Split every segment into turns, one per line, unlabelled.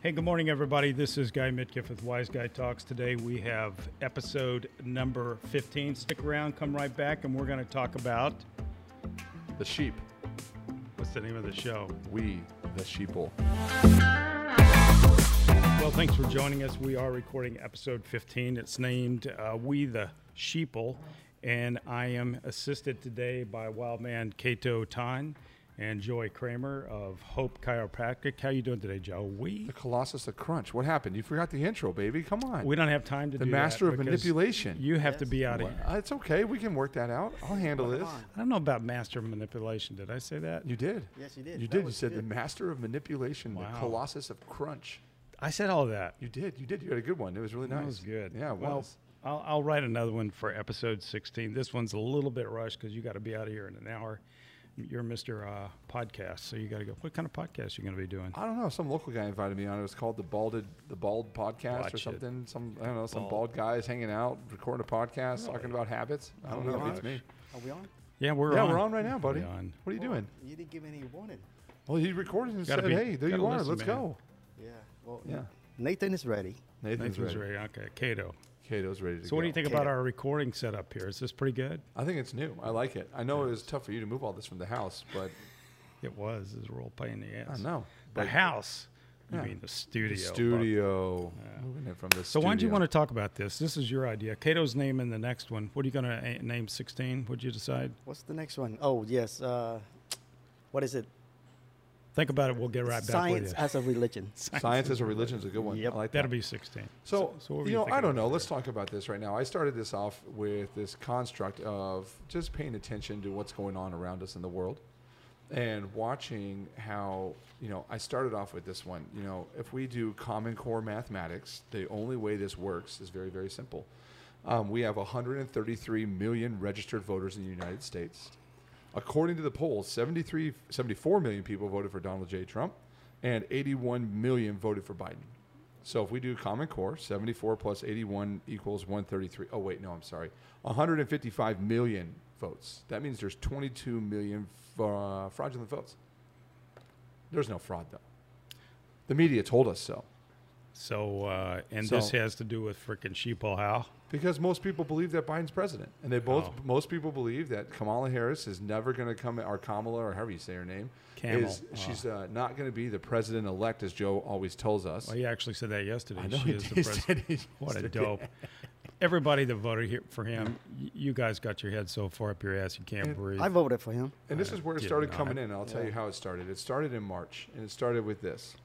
Hey, good morning, everybody. This is Guy Mitkiff with Wise Guy Talks. Today we have episode number 15. Stick around, come right back, and we're going to talk about
The sheep.
what's the name of the show?
We, the sheeple.
Well, thanks for joining us. We are recording episode 15. It's named uh, We the Sheeple, and I am assisted today by Wildman Kato Tan and Joy Kramer of Hope Chiropractic. How you doing today, Joe? We
The Colossus of Crunch. What happened? You forgot the intro, baby. Come on.
we don't have time to
the
do
master
that
of
because
manipulation.
You have to be out of
Well,
here.
Uh, It's okay. We can work that out. I'll handle this.
I don't know about master manipulation. Did I say that?
You did.
Yes, you did.
You
That
did. You
was
said the
good.
master of manipulation,
Wow.
the Colossus of Crunch.
I said all that.
You did. You did. You had a good one. It was really nice.
That was good.
Yeah, it
well,
was.
I'll, I'll write another one for episode 16. This one's a little bit rushed because you got to be out of here in an hour. You're Mr. Uh, podcast, so you got to go. What kind of podcast you going to be doing?
I don't know. Some local guy invited me on. It was called the Balded, the Bald Podcast
Watch
or
it.
something. Some I don't know. Some bald, guys hanging out, recording a podcast, talking about habits. I don't know if it's me.
Are we on?
Yeah, we're
yeah,
on.
we're on right now, buddy.
We're on.
What are you doing?
You didn't give any warning.
Well, he recorded and
Gotta
said,
be-
"Hey, there
gotta
you are.
listen,
Let's
man.
go."
Yeah. Well,
Yeah.
Nathan is ready.
Nathan's,
Nathan's
ready.
ready. Okay, Cato.
Kato's ready to
So, what do you
go.
think about our recording setup here? Is this pretty good?
I think it's new. I like it. I know it was tough for you to move all this from the house, but
It was. It was a real pain in the
I
ass.
don't know.
The
But
house.
Yeah.
You mean the studio?
the
but-
studio. Moving it from the
So, why don't you want
to?
to talk about this? This is your idea. Cato's name in the next one. What are you going to name 16? What'd you decide?
What's the next one? Oh, yes. Uh, what is it?
Think about it. We'll get right back
Science
with you.
as a religion.
Science as a religion is a good one.
Yep.
I like that.
That'll be 16.
So,
so what were
you
you
know, I
thinking
don't
about
know. Let's talk about this right now. I started this off with this construct of just paying attention to what's going on around us in the world and watching how, you know, I started off with this one. You know, if we do Common Core mathematics, the only way this works is very, very simple. Um, we have 133 million registered voters in the United States. According to the polls, 73, 74 million people voted for Donald J. Trump and 81 million voted for Biden. So if we do Common Core, 74 plus 81 equals 133. Oh, wait, no, I'm sorry. 155 million votes. That means there's 22 million fra- fraudulent votes. There's no fraud, though. The media told us so
So, uh, and
So-
this has to do with frickin' Sheeple How?
because most people believe that Biden's president. And they both,
Oh.
most people believe that Kamala Harris is never going to come, or Kamala, or however you say her name.
Camel.
Is, She's uh, not going to be the president elect, as Joe always tells us.
Well, he actually said that yesterday.
I know
she
he
is the
did.
president.
He
What a
said-
dope. Everybody that voted here for him, y- you guys got your head so far up your ass you can't
And
breathe.
I voted for him.
And this is where it
did
started
not.
coming in. I'll tell you how it started. It started in March, and it started with this.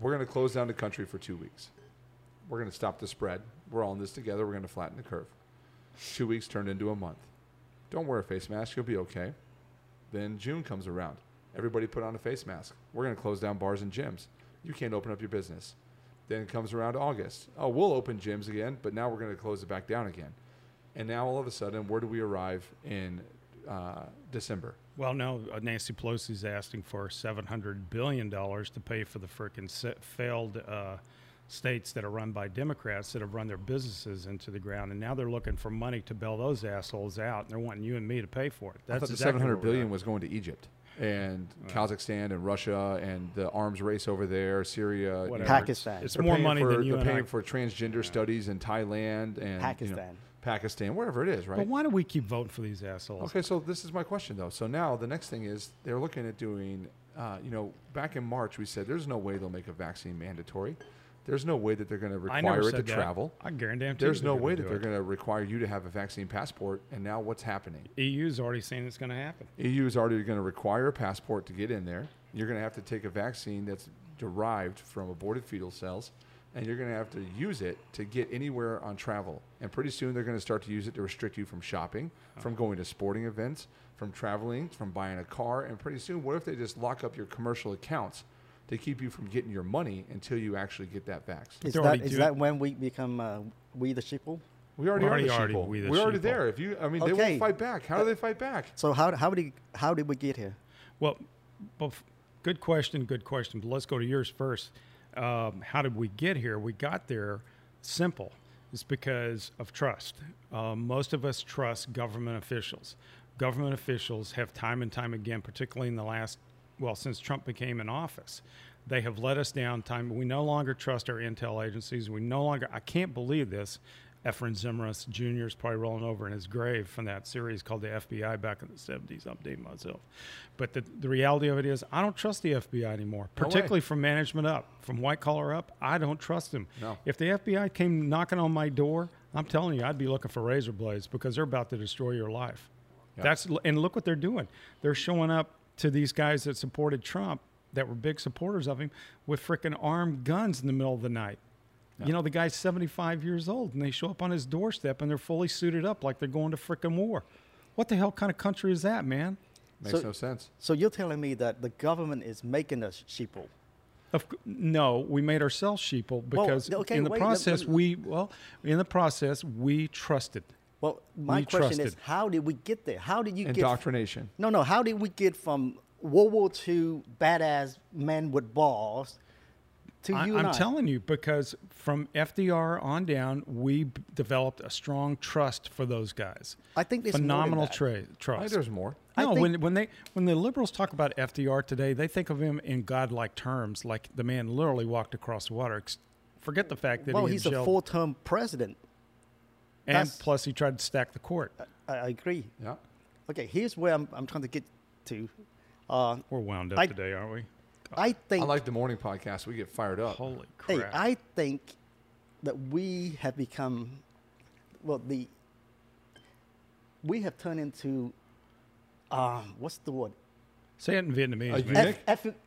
We're going to close down the country for two weeks. We're going to stop the spread. We're all in this together. We're going to flatten the curve. Two weeks turned into a month. Don't wear a face mask. You'll be okay. Then June comes around. Everybody put on a face mask. We're going to close down bars and gyms. You can't open up your business. Then it comes around August. Oh, we'll open gyms again, but now we're going to close it back down again. And now all of a sudden, where do we arrive in uh, December?
well, no, uh, Nancy Pelosi's asking for $700 billion to pay for the frickin' se- failed uh, states that are run by Democrats that have run their businesses into the ground. And now they're looking for money to bail those assholes out, and they're wanting you and me to pay for it.
I
That's
thought the
exactly
700
what we're
billion was going to Egypt and Kazakhstan and Russia and the arms race over there, Syria, you know,
Whatever.
Pakistan.
It's
they're
more
paying
money
for,
than you
they're
and I
paying for transgender studies in Thailand and you know,
Pakistan.
Pakistan, wherever it is, right?
But why do we keep voting for these assholes?
Okay, so this is my question though. So now the next thing is they're looking at doing, uh, you know, back in March we said there's no way they'll make a vaccine mandatory. There's no way that they're going to
I never
require it
said
to
that.
travel.
I guarantee. you
There's
they're
no
gonna
way
do
that they're
it.
going to require you to have a vaccine passport. And now what's happening?
EU's E already saying it's going to happen.
EU E is already going to require a passport to get in there. You're going to have to take a vaccine that's derived from aborted fetal cells, and you're going to have to use it to get anywhere on travel. And pretty soon they're going to start to use it to restrict you from shopping, from
Oh.
going to sporting events, from traveling, from buying a car. And pretty soon, what if they just lock up your commercial accounts to keep you from getting your money until you actually get that vax?
Is
They're
that
already
is
doing-
that when we become uh, we the sheeple?
We already,
We're
are the
already-
sheeple.
we the
We're already
sheeple.
there. If you, I mean, they
Okay. Uh,
won't fight back. How do they fight back?
So how how did how did we get here?
Well, bef- good question, good question. But let's go to yours first. Um, how did we get here? We got there simple. It's because of trust. Uh, most of us trust government officials. Government officials have time and time again, particularly in the last well, since Trump became in office. They have let us down time. We no longer trust our intel agencies. We no longer, I can't believe this. Efren Zimmerman Jr. is probably rolling over in his grave from that series called the FBI back in the 70s. I'm dating myself. But the, the reality of it is, I don't trust the FBI anymore,
No way.
particularly from management up, from white collar up. I don't trust them.
No.
If the FBI came knocking on my door, I'm telling you, I'd be looking for razor blades because they're about to destroy your life.
Yeah.
That's and look what they're doing. They're showing up to these guys that supported Trump, that were big supporters of him, with freaking armed guns in the middle of the night. You know, the guy's 75 years old, and they show up on his doorstep, and they're fully suited up like they're going to freaking war. What the hell kind of country is that, man?
Makes
So-
no sense.
So you're telling me that the government is making us sheeple?
Of, c- no, we made ourselves sheeple
Well,
because
okay,
in the
wait, let-
process
let-
we well, in the process we trusted.
Well, my
We
question is,
trusted.
how did we get there? How did you get?
Indoctrination.
No, no. How did we get from World War II badass men with balls to
I,
you and
I'm
I?
telling you, because from FDR on down, we b- developed a strong trust for those guys.
I think there's more than
phenomenal
that.
tra-
I think
trust.
there's more.
I
no,
think-
when when they when the liberals talk about FDR today, they think of him in godlike terms, like the man literally walked across water. Ex- Forget the fact that
Well,
he
he's
had
a
jailed-
four-term president.
and
that's-
plus he tried to stack the court.
I, I agree.
Yeah.
Okay, here's where I'm, I'm trying to get to. Uh,
We're wound up
I-
today, aren't we?
I
I
think.
like the morning podcast. We get fired up.
Holy
hey,
crap!
I think that we have become, well, the we have turned into, uh, what's the word?
Say it in
Are
Vietnamese.
you-
man.
Nick?
Eff- eff-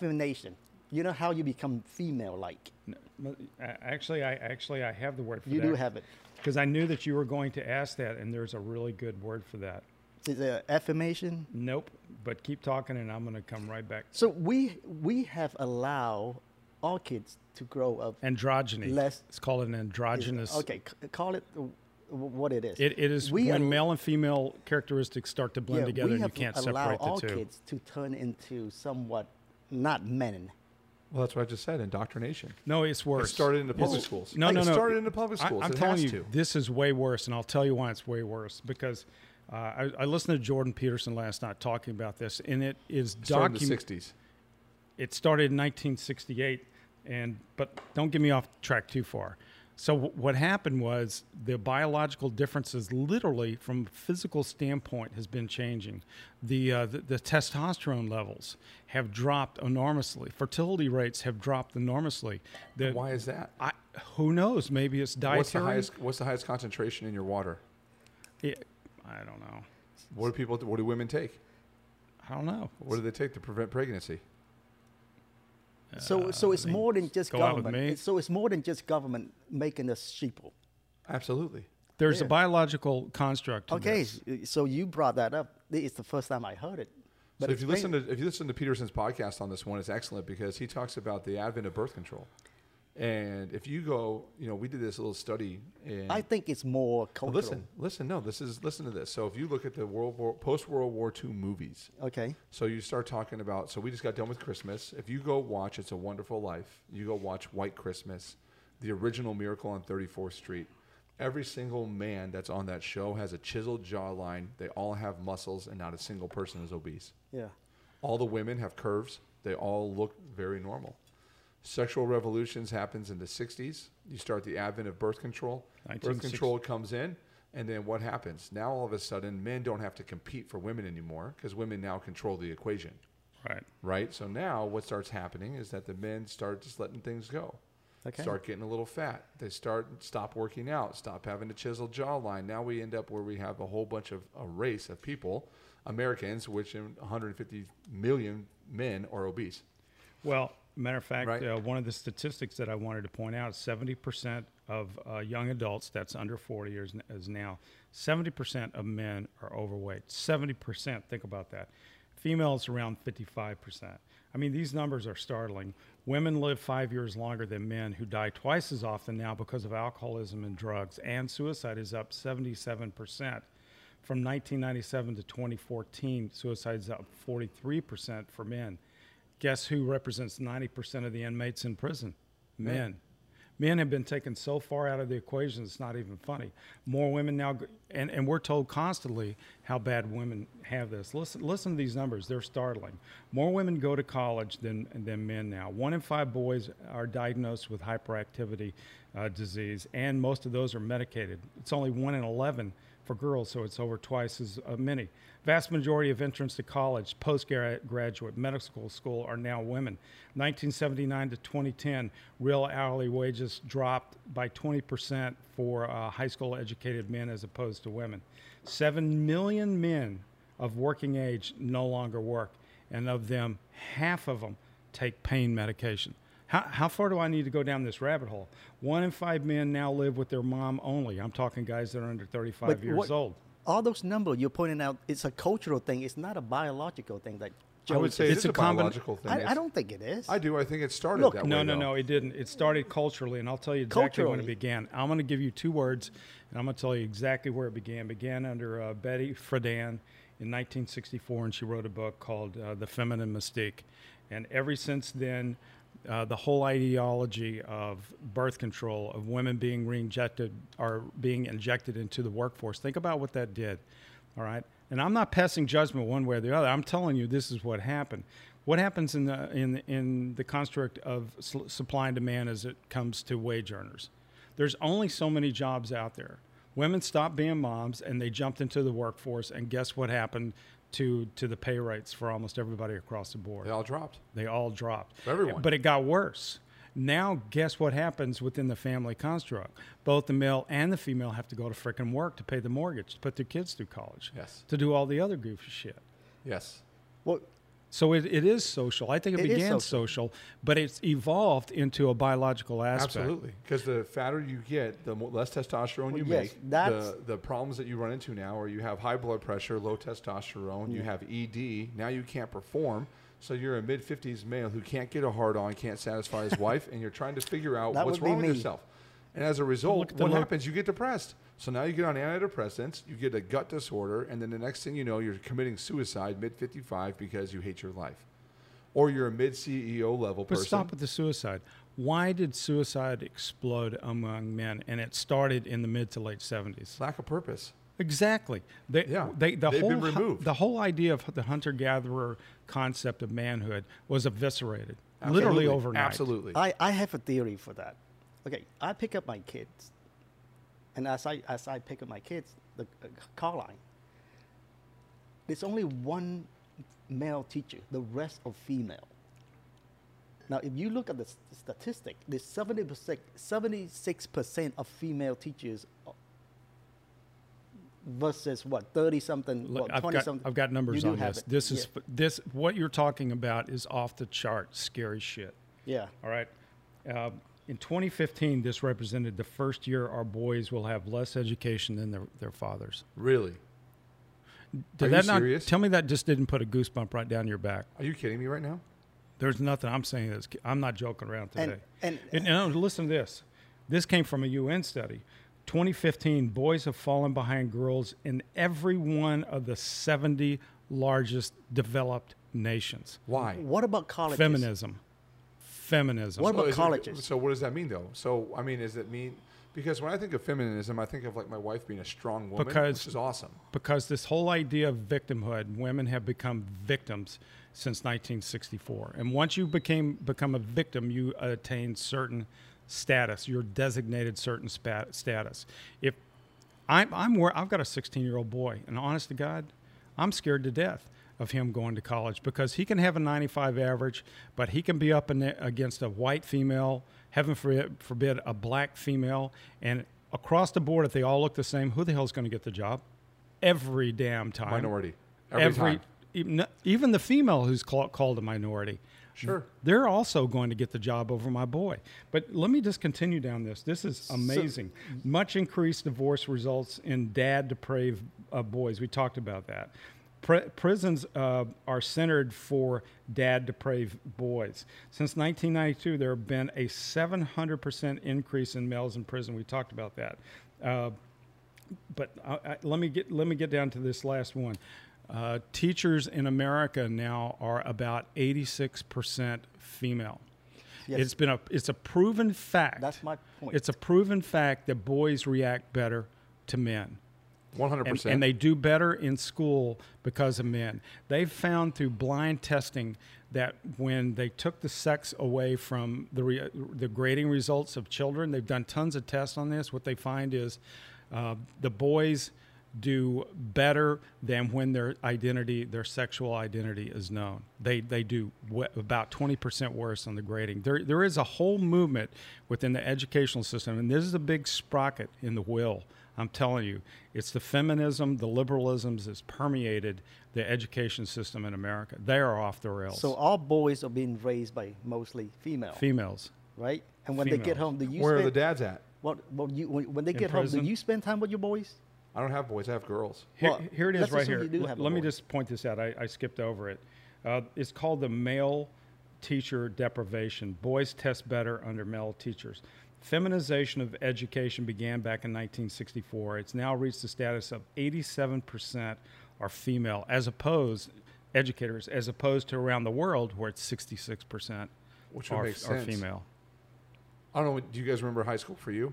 Effemination. You know how you become female-like.
No, I- Actually, I actually I have the word for
You
that.
do have it.
because I knew that you were going to ask that, and there's a really good word for that.
Is it affirmation?
Nope. But keep talking, and I'm going to come right back.
So we we have allowed our kids to grow up.
Androgyny.
Less-
it's called an androgynous.
Okay, c- call it w- what it is.
It, it is
We
when
al-
male and female characteristics start to blend
yeah,
together,
we
and you
have
can't
allowed
separate the
all
two.
kids to turn into somewhat not men.
Well, that's what I just said. Indoctrination.
No, it's
It
worse.
started in the public
It's-
schools.
No,
Like,
no,
it
no.
started in the public schools.
I, am
It
telling
has
you,
to.
this is way worse, and I'll tell you why it's way worse because. Uh, I, I listened to Jordan Peterson last night talking about this, and it is
Started in the
documented.
60s.
it started in 1968 and but don't get me off track too far so wh- what happened was the biological differences literally from a physical standpoint has been changing the, uh, the the testosterone levels have dropped enormously fertility rates have dropped enormously the,
Why is that?
I, who knows maybe it's dietary
What's the highest? What's the highest concentration in your water?
Yeah, i don't know
What do people? What do women take?
i don't know
What do they take to prevent pregnancy?
So so it's
Uh, I mean,
more than just
go out with
government.
me?
It's- So it's more than just government making us sheeple.
Absolutely.
there's a
Yeah.
biological construct to
Okay,
this.
s- so you brought that up. It's the first time I heard it.
so if you listen to if you listen to Peterson's podcast on this one, it's excellent because he talks about the advent of birth control. And if you go, you know, we did this little study. In,
I think it's more cultural.
listen, listen. No, this is listen to this. So if you look at the World War post World War II movies,
Okay.
So you start talking about. So we just got done with Christmas. If you go watch "It's a Wonderful Life," you go watch "White Christmas," the original Miracle on 34th Street. Every single man that's on that show has a chiseled jawline. They all have muscles, and not a single person is obese.
Yeah.
All the women have curves. They all look very normal. Sexual revolutions happens in the 60s. You start the advent of birth control. Birth
1960.
control comes in, and then what happens? Now all of a sudden, men don't have to compete for women anymore because women now control the equation,
right
right? So now what starts happening is that the men start just letting things go.
Okay.
Start getting a little fat. They start stop working out. Stop having a chiseled jawline. Now we end up where we have a whole bunch of a race of people, Americans, which in 150 million men are obese.
Well, matter of fact,
Right.
uh, one of the statistics that I wanted to point out: seventy percent of uh, young adults that's under forty years n- is now seventy percent of men are overweight. Seventy percent. Think about that. Females around fifty-five percent. I mean, these numbers are startling. Women live five years longer than men, who die twice as often now because of alcoholism and drugs. And suicide is up seventy-seven percent. From 1997 to 2014, suicide's up 43% for men guess who represents 90% of the inmates in prison? Men. Men have been taken so far out of the equation, it's not even funny. More women now, and, and we're told constantly how bad women have this. Listen, listen to these numbers; they're startling. More women go to college than than men now. One in five boys are diagnosed with hyperactivity uh, disease, and most of those are medicated. It's only one in eleven for girls, so it's over twice as uh, many. Vast majority of entrants to college, postgraduate, medical school are now women. 1979 to 2010, real hourly wages dropped by 20% for uh, high school educated men as opposed to women. Seven million men of working age no longer work, and of them, half of them take pain medication. How, how, far do I need to go down this rabbit hole? One in five men now live with their mom only. I'm talking guys that are under 35
But
years
what-
old.
All those numbers you're pointing out, it's a cultural thing. It's not a biological thing. Like
I would
Joey
say
said.
it's,
It's
a,
a combi-
biological thing.
I,
It's-
I don't think it is.
I do. I think it started
Look,
that
No,
way.
no,
though.
no, it didn't. It started culturally, and I'll tell you exactly when it
Culturally.
began. I'm going to give you two words, and I'm going to tell you exactly where it began. It began under uh, Betty Friedan in 1964, and she wrote a book called uh, The Feminine Mystique. And ever since then, uh, the whole ideology of birth control, of women being reinjected or being injected into the workforce, think about what that did. All right. And I'm not passing judgment one way or the other. I'm telling you this is what happened. What happens in the in in the construct of su- supply and demand as it comes to wage earners? There's only so many jobs out there. Women stopped being moms and they jumped into the workforce and guess what happened to to the pay rates for almost everybody across the board?
They all dropped.
They all dropped.
Everyone.
But it got worse. Now, guess what happens within the family construct? Both the male and the female have to go to frickin' work to pay the mortgage, to put their kids through college,
Yes.
to do all the other goofy shit.
Yes.
well,
So it, it is social. I think it,
It is
began social.
social.
but it's evolved into a biological aspect.
Absolutely. Because the fatter you get, the mo- less testosterone you
yes,
make.
that's-
The, the problems that you run into now are you have high blood pressure, low testosterone, you have ED, now you can't perform. So you're a mid 50s male who can't get a hard on, can't satisfy his wife, and you're trying to figure out
That
what's
would be
wrong with
me.
yourself. And as a result,
at the
what
low-
happens? You get depressed. So now you get on antidepressants, you get a gut disorder, and then the next thing you know, you're committing suicide mid 55 because you hate your life. Or you're a mid CEO level
But
person.
stop with the suicide. Why did suicide explode among men? And it started in the mid to late 70s.
Lack of purpose.
Exactly. They,
Yeah,
they, the
they've
whole
been
hu-
removed.
the whole idea of the hunter gatherer concept of manhood was eviscerated literally
Absolutely.
overnight.
Absolutely.
I, I have a theory for that. Okay, I pick up my kids, and as I as I pick up my kids, the uh, car line. There's only one male teacher. The rest are female. Now, if you look at the s- statistic, there's 76 percent of female teachers uh, versus what thirty something,
Look,
what
I've
twenty
got,
something.
I've got numbers
You do
on
have
this.
it.
This is
Yeah.
f- this what you're talking about is off the chart, scary shit.
yeah.
All right. Um, in 2015, this represented the first year our boys will have less education than their, their fathers.
Really?
Did
Are you
that not
serious?
tell me that just didn't put a goosebump right down your back?
Are you kidding me right now?
There's nothing I'm saying that's I'm not joking around
And-
today.
and-
and, and listen to this. This came from a UN study. 2015, boys have fallen behind girls in every one of the 70 largest developed nations.
Why?
What about colleges?
Feminism. Feminism.
What about
is it-
colleges?
so what does that mean though? So I mean, does it mean because when I think of feminism, I think of like my wife being a strong woman,
Because-
which is awesome.
because this whole idea of victimhood, women have become victims since 1964. And once you became become a victim, you attain certain status. You're designated certain spa- status. If I'm, I'm where I've got a 16 year old boy, and honest to God, I'm scared to death of him going to college because he can have a 95 average, but he can be up in the, against a white female, heaven forbid, forbid, a black female, and across the board, if they all look the same, who the hell's going to get the job? Every damn time.
Minority every, time.
Even, even the female who's call, called a minority
Sure.
they're also going to get the job over my boy. But let me just continue down this. This is amazing. Much increased divorce results in dad depraved uh, boys. We talked about that. Pri prisons uh, are centered for dad depraved boys. Since 1992, there have been a 700% increase in males in prison. We talked about that. Uh, but I, I, let me get let me get down to this last one. Uh, teachers in America now are about 86% female.
Yes.
It's been a it's a proven fact.
That's my point.
It's a proven fact that boys react better to men.
One hundred
And,
percent.
and they do better in school because of men. They've found through blind testing that when they took the sex away from the, re, the grading results of children, they've done tons of tests on this. What they find is uh, the boys do better than when their identity, their sexual identity is known. They, they do we- about 20% worse on the grading. There, there is a whole movement within the educational system, and this is a big sprocket in the wheel. I'm telling you, it's the feminism, the liberalisms that's permeated the education system in America. They are off the rails.
so uh, all boys are being raised by mostly female,
females,
right? And when they get
female.
home, do you
Where are
spend
the dads at?
What, what you, when, when they
In
get home,
prison?
do you spend time with your boys?
I don't have boys. I have girls.
here,
Well,
here it is
let's
right
assume
here.
you do
L-
have a
Let me
boy.
just point this out. I, I skipped over it. Uh, it's called the male teacher deprivation. Boys test better under male teachers. Feminization of education began back in 1964. It's now reached the status of 87% are female, as opposed educators, as opposed to around the world where it's 66%
Which would
are, are
make sense.
female.
I don't know. Do you guys remember high school for you?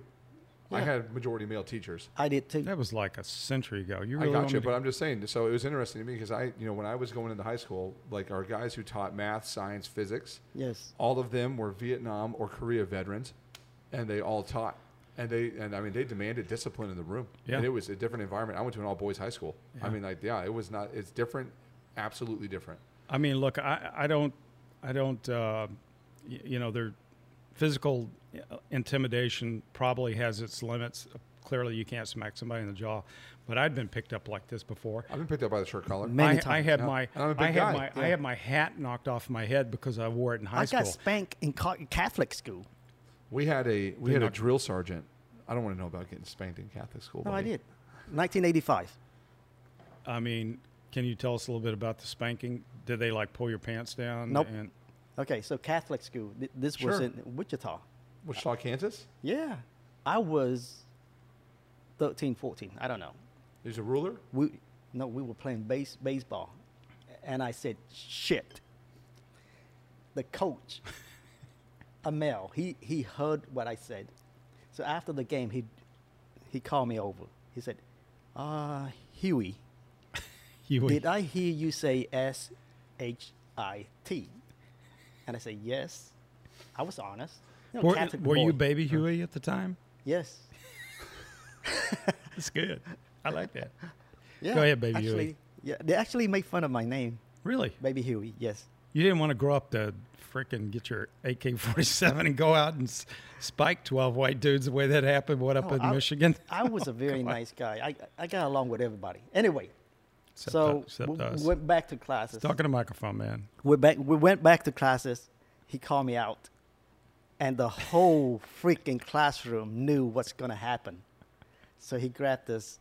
I
Yeah.
had majority male teachers.
I did too.
That was like a century ago. You really
I
want
got you,
me
but I'm just saying. So it was interesting to me because I, you know, when I was going into high school, like our guys who taught math, science, physics,
Yes.
all of them were Vietnam or Korea veterans, and they all taught, and they, and I mean, they demanded discipline in the room,
Yeah.
and it was a different environment. I went to an all boys high school. I mean, like, yeah, it was not. It's different, absolutely different.
I mean, look, I, I don't, I don't, uh, y- you know, their physical uh, intimidation probably has its limits. Clearly, you can't smack somebody in the jaw, but I'd been picked up like this before.
I've been picked up by the shirt collar.
Man. Many
I, I had
Yeah.
my,
And I'm a big
I had
guy.
my, I
Yeah.
had my hat knocked off my head because I wore it in high
I
school.
got spanked in co- Catholic school.
We had a we had a
knock-
drill sergeant. I don't want to know about getting spanked in Catholic school.
No, I
buddy.
did. 1985.
I mean, can you tell us a little bit about the spanking? Did they like pull your pants down?
Nope.
And,
Okay, so Catholic school. Th- This was
Sure.
in Wichita.
Wichita, Kansas.
Yeah. I was 13, 14. I don't know.
There's a ruler.
We, no, we were playing base, baseball. And I said, shit. The coach, a male, he, he heard what I said. So after the game, he, he called me over. He said, uh, Huey,
you would-
Did
uh,
I hear you say S H I T? And I said, yes. I was honest. You know,
were,
Catholic
were you
boy.
baby Huey at the time?
Yes.
That's good. I like that.
Yeah.
ahead, Baby Huey.
actually, Yeah, they actually make fun of my name,
Really?
Baby Huey. Yes.
You didn't want to grow up to frickin' get your AK 47 and go out and s- spike 12 white dudes the way that happened, what, up
No,
in
Oh, I-
Michigan?
I was a very nice guy. I, I got along with everybody. Anyway,
Except
so
us- except
we
us.
went back to classes.
Talking to microphone, man.
we back. We went back to classes. He called me out, and the whole freaking classroom knew what's gonna happen. So he grabbed this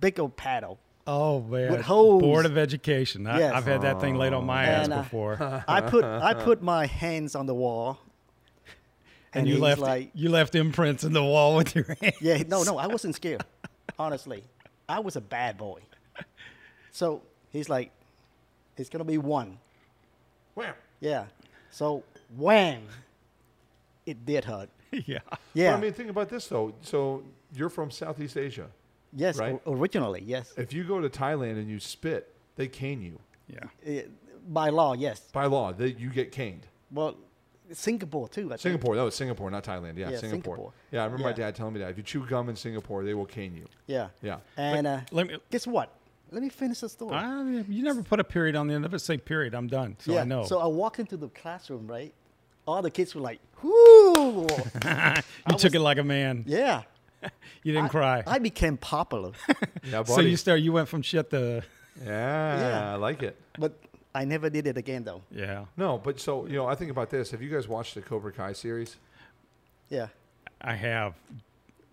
big old paddle.
Oh, man.
With hose.
Board of Education. I,
Yes.
I've had that thing laid on my ass
And, uh,
before. And,
I put I
Uh-huh.
put my hands on the wall, and,
you
he's
left
like,
you left imprints in the wall with your hand.
"Yeah, no, no, I wasn't scared. Honestly, I was a bad boy." So he's like, "It's gonna be one,
Wham.
yeah." So wham, it did hurt.
yeah.
Yeah,
But, I mean, think about this though. So you're from Southeast Asia.
yes,
right?
o- originally, yes,
If you go to Thailand and you spit, they cane you
Yeah.
Eh, by law, yes.
by law. They, you get caned.
Well, Singapore too. I think.
Singapore. That was Singapore, not Thailand. Yeah,
Yeah,
Singapore.
Singapore.
Yeah, I remember my
Yeah.
dad telling me that if you chew gum in Singapore, they will cane you.
Yeah,
Yeah.
And uh,
Let me.
guess what? Let me finish the story.
I, you never put a period on the end of it. Say period. I'm done. So I know.
So I walk into the classroom, right? All the kids were like, "Whoo!"
you took it like a man.
yeah.
You didn't
I,
cry.
I became popular,
Yeah,
so
buddy.
you start. You went from shit to.
yeah,
Yeah.
I like it.
but I never did it again, though.
Yeah.
No, but so you know, I think about this. Have you guys watched the Cobra Kai series?
Yeah.
I have.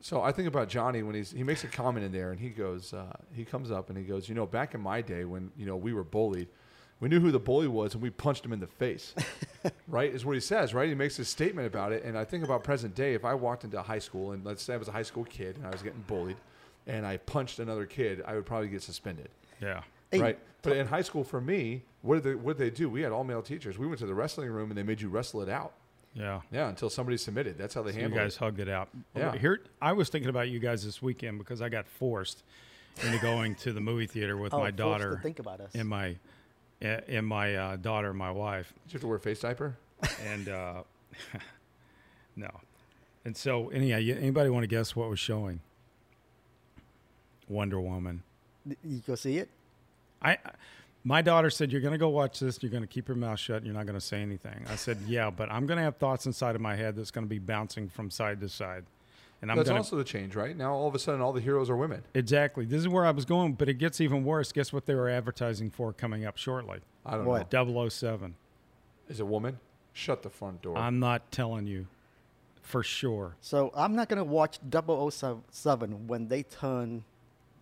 So I think about Johnny when he's he makes a comment in there, and he goes, uh, he comes up and he goes, you know, back in my day when you know we were bullied, we knew who the bully was and we punched him in the face, right? Is what he says, right? He makes a statement about it, and I think about present day. If I walked into high school and let's say I was a high school kid and I was getting bullied, and I punched another kid, I would probably get suspended,
Yeah.
Hey,
right? But in high school for me, what did they, what did they do? We had all male teachers. We went to the wrestling room and they made you wrestle it out.
Yeah.
Yeah, until somebody submitted. That's how they
So you
handle
guys
it.
hugged it out.
Yeah.
Here, I was thinking about you guys this weekend because I got forced into going to the movie theater with
Oh,
my
forced to
daughter
think about us.
and my and my uh, daughter, and my wife,
Did you have to wear a face diaper?
and uh, no. And so, anyhow, you- anybody want to guess what was showing? Wonder Woman.
Th- You go see it?
I, my daughter said, "You're going to go watch this. You're going to keep your mouth shut. And you're not going to say anything." I said, "Yeah, but I'm going to have thoughts inside of my head that's going to be bouncing from side to side." And I'm
That's
going to
also the change, right? Now all of a sudden all the heroes are women.
Exactly. This is where I was going, but it gets even worse. Guess what they were advertising for coming up shortly?
I don't
What?
know.
007.
Is it woman? Shut the front door.
I'm not telling you for sure.
So I'm not gonna watch 007 when they turn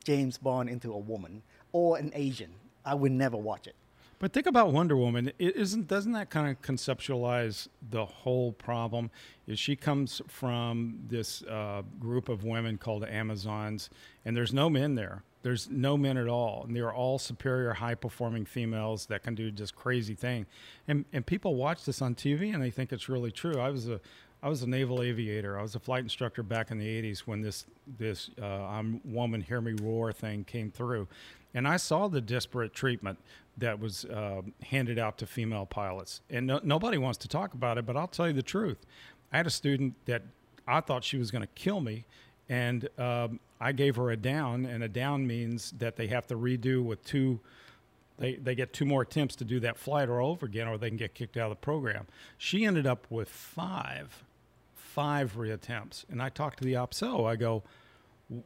James Bond into a woman or an Asian. I would never watch it.
But think about Wonder Woman. It isn't doesn't that kind of conceptualize the whole problem? Is she comes from this uh, group of women called Amazons, and there's no men there. There's no men at all, and they're all superior, high-performing females that can do just crazy thing. And and people watch this on TV and they think it's really true. I was a I was a naval aviator. I was a flight instructor back in the '80s when this this uh, "I'm woman, hear me roar" thing came through, and I saw the disparate treatment that was uh, handed out to female pilots. And no, nobody wants to talk about it, but I'll tell you the truth. I had a student that I thought she was going to kill me, and um, I gave her a down, and a down means that they have to redo with two they, they get two more attempts to do that flight all over again, or they can get kicked out of the program. She ended up with five, five reattempts. And I talked to the OPSO. I go,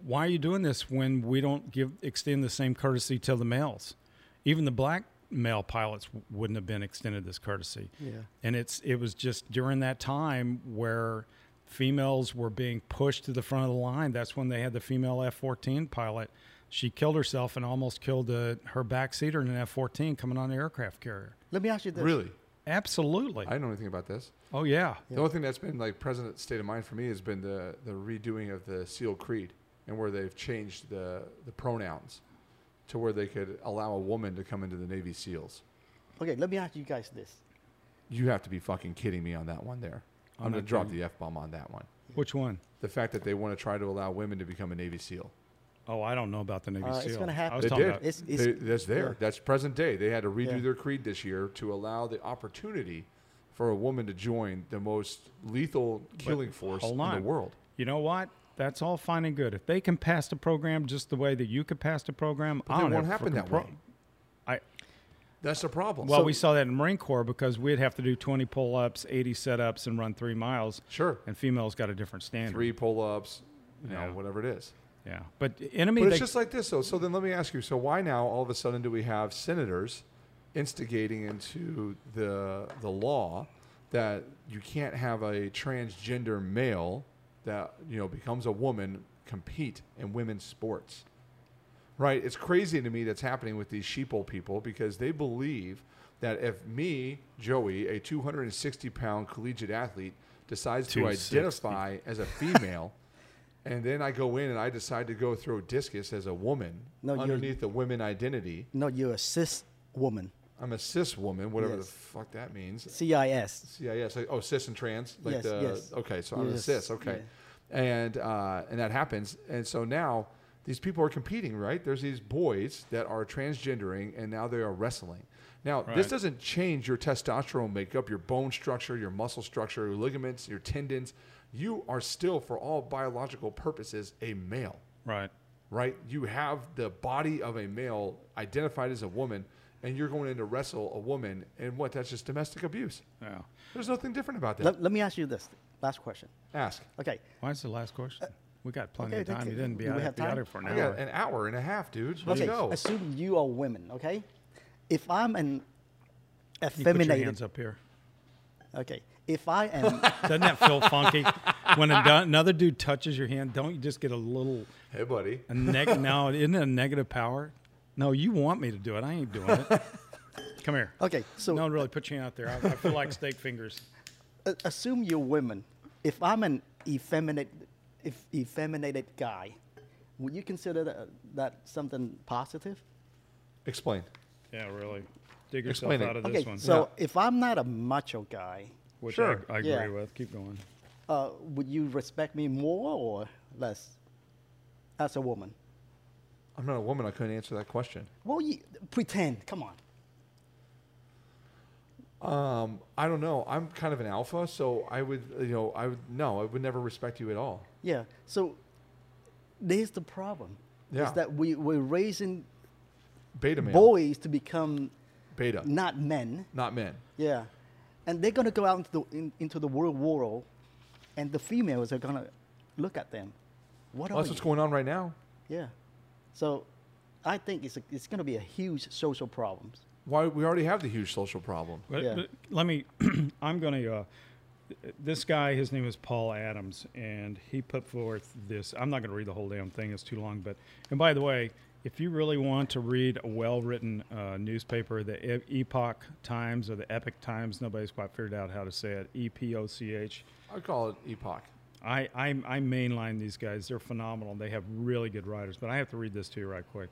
why are you doing this when we don't give extend the same courtesy to the males? Even the black male pilots w- wouldn't have been extended this courtesy.
Yeah.
And it's it was just during that time where females were being pushed to the front of the line. That's when they had the female F-14 pilot. She killed herself and almost killed uh her backseater in an F-14 coming on the aircraft carrier.
Let me ask you this.
really?
Absolutely.
I don't know anything about this.
oh yeah.
The only thing that's been like present state of mind for me has been the, the redoing of the Seal Creed and where they've changed the, the pronouns to where they could allow a woman to come into the Navy SEALs.
Okay, let me ask you guys this.
You have to be fucking kidding me on that one there. I'm,
I'm
going
not
to drop the F bomb on that one.
Which one?
The fact that they want to try to allow women to become a Navy SEAL.
Oh, I don't know about the Navy
Uh,
SEAL.
it's gonna
I
happen.
was
They
talking
did.
about-
It's- it's-
They- that's there.
yeah.
That's present day. They had to redo
Yeah.
their creed this year to allow the opportunity for a woman to join the most lethal killing force in
hold
the
on.
world.
You know what? That's all fine and good. If they can pass the program just the way that you could pass the program,
But
I
it
don't
won't
have a
happen
frickin'
that
pro-
way.
I
That's the problem.
well, we saw that in Marine Corps because we'd have to do 20 pull-ups, 80 set-ups, and run three miles.
Sure.
And females got a different standard.
Three pull ups, you know,
Yeah.
whatever it is.
Yeah, but enemy.
But
they-
it's just like this, though. So then let me ask you so why now all of a sudden do we have senators instigating into the, the law that you can't have a transgender male that, you know, becomes a woman compete in women's sports? Right? It's crazy to me that's happening with these sheeple people because they believe that if me, Joey, a 260 pound collegiate athlete, decides to
260.
identify as a female, and then I go in and I decide to go throw discus as a woman
No, you're-
underneath the women identity,
No, you're a cis woman.
I'm a cis woman, whatever
Yes.
the fuck that means.
CIS.
CIS. Like, oh, cis and trans. Like
Yes,
the,
yes.
Okay, so I'm a
Yes,
cis. Okay, and uh, and that happens. And so now these people are competing, right? There's these boys that are transgendering, and now they are wrestling. Now this
Right.
doesn't change your testosterone makeup, your bone structure, your muscle structure, your ligaments, your tendons. You are still, for all biological purposes, a male
right.
right? You have the body of a male identified as a woman, and you're going in to wrestle a woman, and what? That's just domestic abuse.
Yeah.
There's nothing different about that.
Let, let me ask you this. Last question.
Ask.
Okay.
Why is the last question? We got plenty
okay,
of time.
okay.
You didn't be
Do we
out,
have
be out
time?
here for an
I got
hour.
an hour and a half, dude. Let's
Okay.
go.
Assume you are women, okay? If I'm an
You put your
effeminated
hands up here.
Okay. If I am
Doesn't that feel funky? When a, du- another dude touches your hand, don't you just get a little
Hey, buddy.
a neg- no? Isn't it a negative power? No, you want me to do it. I ain't doing it. Come here.
okay, so
No, really, put your hand out there. I, I feel like steak fingers.
a- assume you're women. If I'm an effeminate, if effeminated guy, would you consider that, that something positive?
Explain.
Yeah, really. Dig yourself
Explain it.
out of this
Okay,
one.
so if I'm not a macho guy,
which
Sure,
I, I agree
yeah.
with. Keep going.
uh, would you respect me more or less as a woman?
I'm not a woman. I couldn't answer that question.
Well, you, pretend. Come on.
Um, I don't know. I'm kind of an alpha, so I would, you know, I would no, I would never respect you at all.
Yeah. So there's the problem.
Yeah.
Is that we, we're raising
Beta male,
boys to become
beta,
not men.
not men.
Yeah. And they're going to go out into the, in, into the world world, and the females are going to look at them. What
Well,
are
that's
you?
what's going on right now.
Yeah. So I think it's, a, it's going to be a huge social problem.
Why we already have the huge social problem.
But,
Yeah.
but let me. I'm going to. Uh, this guy, his name is Paul Adams, and he put forth this. I'm not going to read the whole damn thing; it's too long. But and by the way, if you really want to read a well-written uh, newspaper, the E- Epoch Times or the Epic Times, nobody's quite figured out how to say it. E P O C H.
I call it epoch.
I, I, I mainline these guys. They're phenomenal. They have really good writers. But I have to read this to you right quick.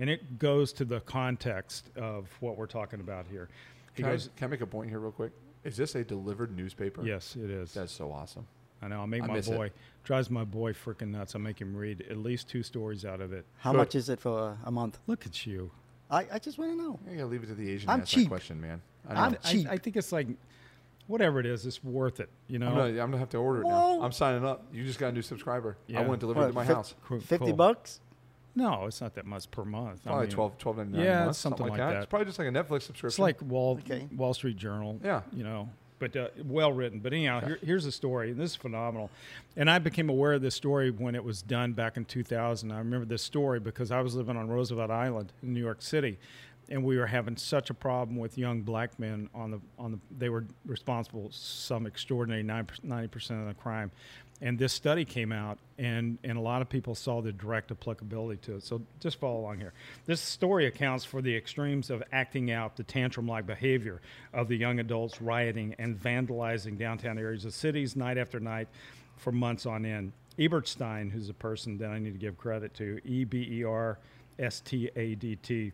And it goes to the context of what we're talking about here. He
Can, I,
goes,
can I make a point here, real quick? Is this a delivered newspaper?
Yes, it is.
That's so awesome.
I know. I make
I
my
miss it.
boy, drives my boy freaking nuts. I make him read at least two stories out of it.
How
Good.
much is it for a month?
Look at you.
I, I just want to know.
I gotta leave it to the Asian
I'm
to ask
cheap.
that question, man. I
I'm
know.
I-
cheap.
I, think it's like, whatever it is, it's worth it. You know?
I'm gonna, I'm gonna have to order it now.
Whoa.
I'm signing up. You just got a new subscriber.
Yeah.
I want it delivered
What,
to my
fif-
house.
Cool,
50
cool.
bucks?
No, it's not that much per month.
Probably
I mean,
twelve, twelve ninety nine.
yeah,
a month,
it's something like that.
It's probably just like a Netflix subscription.
It's like Wall
Okay.
Wall Street Journal.
Yeah.
you know, but uh, well written. But anyhow, here, here's a story, and this is phenomenal. And I became aware of this story when it was done back in 2000. I remember this story because I was living on Roosevelt Island in New York City, and we were having such a problem with young black men on the on the. They were responsible some extraordinary 90 percent of the crime. And this study came out, and, and a lot of people saw the direct applicability to it. So just follow along here. This story accounts for the extremes of acting out the tantrum like behavior of the young adults rioting and vandalizing downtown areas of cities night after night for months on end. Ebertstein, who's a person that I need to give credit to, E B E R S T A D T,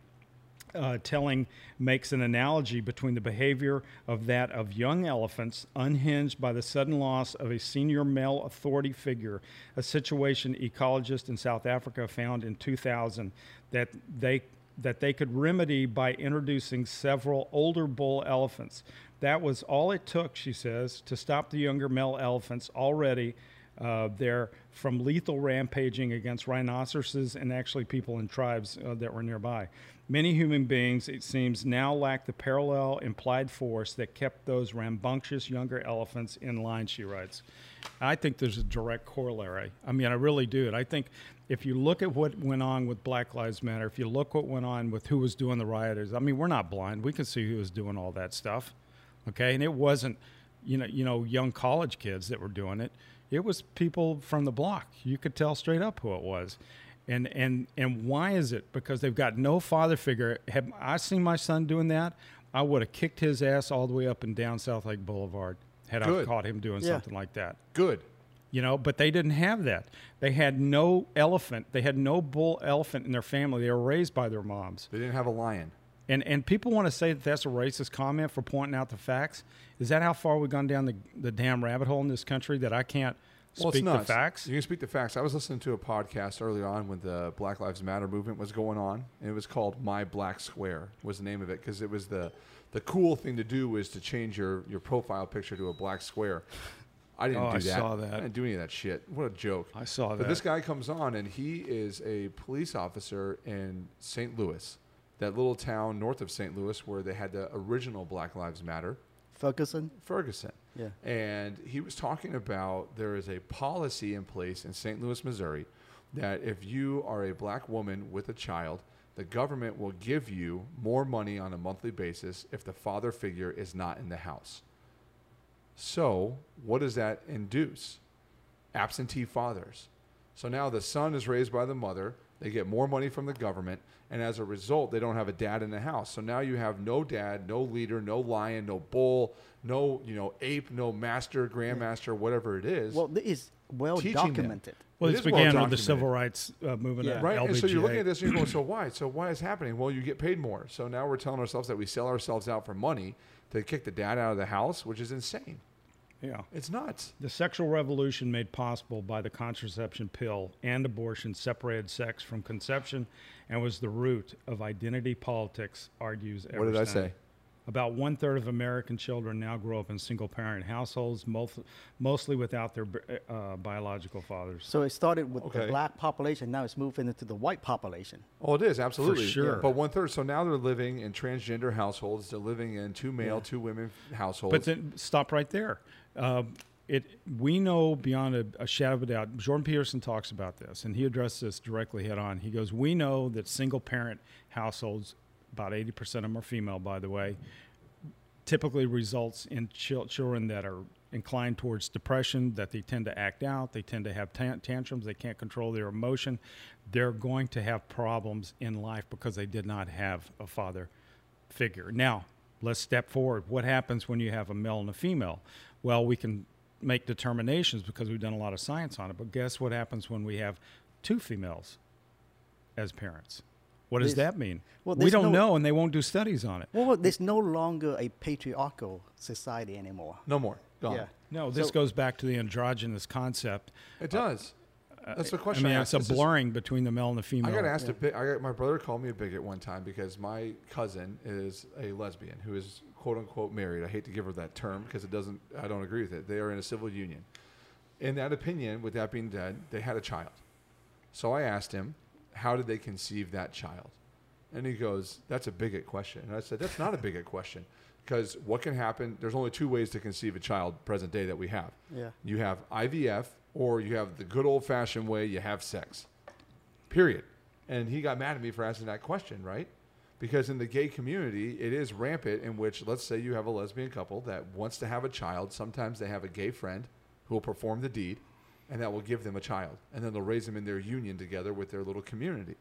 uh, telling makes an analogy between the behavior of that of young elephants unhinged by the sudden loss of a senior male authority figure, a situation ecologists in South Africa found in 2000 that they that they could remedy by introducing several older bull elephants. That was all it took, she says, to stop the younger male elephants already uh, there from lethal rampaging against rhinoceroses and actually people and tribes uh, that were nearby. Many human beings, it seems, now lack the parallel implied force that kept those rambunctious younger elephants in line, she writes. I think there's a direct corollary. I mean, I really do. And I think if you look at what went on with Black Lives Matter, if you look what went on with who was doing the rioters, I mean, we're not blind. We can see who was doing all that stuff okay and it wasn't you know you know young college kids that were doing it it was people from the block you could tell straight up who it was and and and why is it because they've got no father figure had i seen my son doing that i would have kicked his ass all the way up and down south lake boulevard had i
Good.
caught him doing
Yeah.
something like that
good.
you know but they didn't have that they had no elephant they had no bull elephant in their family they were raised by their moms
They didn't have a lion.
and and people want to say that that's a racist comment for pointing out the facts. Is that how far we've gone down the, the damn rabbit hole in this country that I can't
Well,
speak
it's nuts.
the facts?
You can speak the facts. I was listening to a podcast earlier on when the Black Lives Matter movement was going on, and it was called "My Black Square" was the name of it because it was the the cool thing to do was to change your your profile picture to a black square. I didn't
Oh,
do
I
that.
saw that.
I didn't do any of that shit. What a joke.
I saw
But this
that.
guy comes on, and he is a police officer in St. Louis, that little town north of St. Louis where they had the original Black Lives Matter.
Ferguson?
Ferguson.
Yeah.
And he was talking about there is a policy in place in St. Louis, Missouri, that if you are a black woman with a child, the government will give you more money on a monthly basis if the father figure is not in the house. So, what does that induce? Absentee fathers. So now the son is raised by the mother. They get more money from the government. And as a result, they don't have a dad in the house. So now you have no dad, no leader, no lion, no bull, no, you know, ape, no master, grandmaster, whatever it is.
Well, this is well
Teaching them.
documented.
well,
It
this
is
began with the
documented.
civil rights uh, movement,
Yeah.
at
Right,
LBGA.
and so you're looking at this and you're going, so why? So why is happening? Well, you get paid more. So now we're telling ourselves that we sell ourselves out for money to kick the dad out of the house, which is insane.
Yeah.
It's nuts.
The sexual revolution made possible by the contraception pill and abortion separated sex from conception and was the root of identity politics, argues
What did I
Eberstein.
say?
About one third of American children now grow up in single parent households, mof- mostly without their bi- uh, biological fathers.
So it started with the
Okay.
black population. Now it's moving into the white population.
Oh, it is absolutely
sure.
But one third. So now they're living in transgender households. They're living in two male, two women households.
But then stop right there. Uh, it we know beyond a, a shadow of a doubt. Jordan Peterson talks about this, and he addressed this directly head on. He goes, "We know that single parent households, about eighty percent of them are female, by the way, typically results in chil- children that are inclined towards depression, that they tend to act out, they tend to have tan- tantrums, they can't control their emotion. They're going to have problems in life because they did not have a father figure. Now, let's step forward. What happens when you have a male and a female? Well, we can make determinations because we've done a lot of science on it, but guess what happens when we have two females as parents? What does
There's-
that mean?
well,
we
there's
don't
no-
know, and they won't do studies on it.
Well, there's no longer a patriarchal society anymore.
no more. Gone.
Yeah.
No, this
So-
goes back to the androgynous concept.
It does. That's the
Uh, I
question.
mean,
I
it's a
asked. This is-
blurring between the male and the female.
I got asked a bit. I got, my brother called me a bigot one time because my cousin is a lesbian who is quote unquote married. I hate to give her that term because it doesn't. I don't agree with it. They are in a civil union. In that opinion, with that being said, they had a child. So I asked him, "How did they conceive that child?" And he goes, "That's a bigot question." And I said, "That's not a bigot question." Because what can happen? There's only two ways to conceive a child present day that we have.
Yeah.
You have IVF, or you have the good old fashioned way you have sex period. And he got mad at me for asking that question, right? Because in the gay community, it is rampant in which, let's say you have a lesbian couple that wants to have a child. Sometimes they have a gay friend who will perform the deed and that will give them a child. And then they'll raise them in their union together with their little community.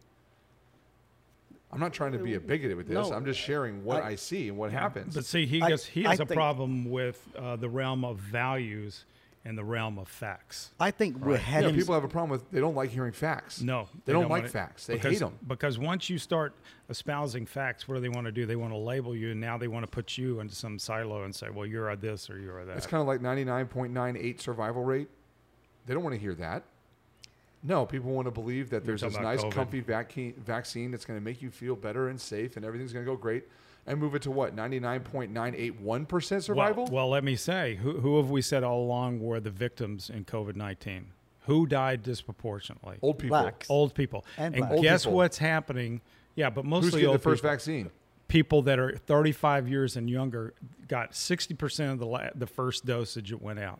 I'm not trying to be a bigoted with this.
No.
I'm just sharing what
I-
I, see and what happens.
But see, he
I-
gets he
I
has a
think-
problem with uh, the realm of values and the realm of facts.
I think we're
yeah,
heading.
people have a problem with they don't like hearing facts.
No,
they, don't,
want
like
it.
facts. They
because,
hate them.
because once you start espousing facts, what do they want to do? They want to label you, and now they want to put you into some silo and say, "Well, you're a this or you're a that."
It's kind of like 99.98 survival rate. They don't want to hear that. No, people want to believe that there's
talking
this
about
nice,
COVID.
comfy vaccine, vaccine that's going to make you feel better and safe, and everything's going to go great. And move it to what 99.981% survival?
Well, well, let me say, who, who have we said all along were the victims in COVID nineteen? Who died disproportionately?
Old people.
Blacks.
Old people.
And
and
black. Old
guess
people.
what's happening? Yeah, but mostly
Who's getting the
old
first
people.
vaccine?
people that are 35 years and younger got 60% of the la- the first dosage that went out.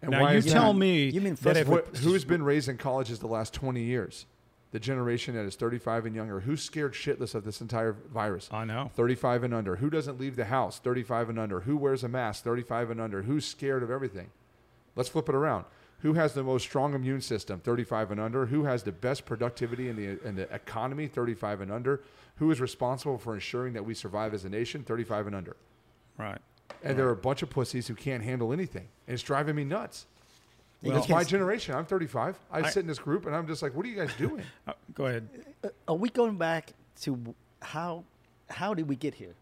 And
now
why
you
is
tell
that?
me
You mean
that
first-
if
What, who's been raised in colleges the last 20 years? The generation that is 35 and younger. Who's scared shitless of this entire virus?
I know.
35 and under. Who doesn't leave the house? 35 and under. Who wears a mask? 35 and under. Who's scared of everything? Let's flip it around. Who has the most strong immune system? 35 and under. Who has the best productivity in the, in the economy? 35 and under. Who is responsible for ensuring that we survive as a nation? 35 and under.
Right.
And there are a bunch of pussies who can't handle anything. And it's driving me nuts.
You
it's
can't
my
s-
generation. I'm 35. I,
I-
sit in this group and I'm just like, what are you guys doing?
Uh, go ahead.
are we going back to how how did we get here?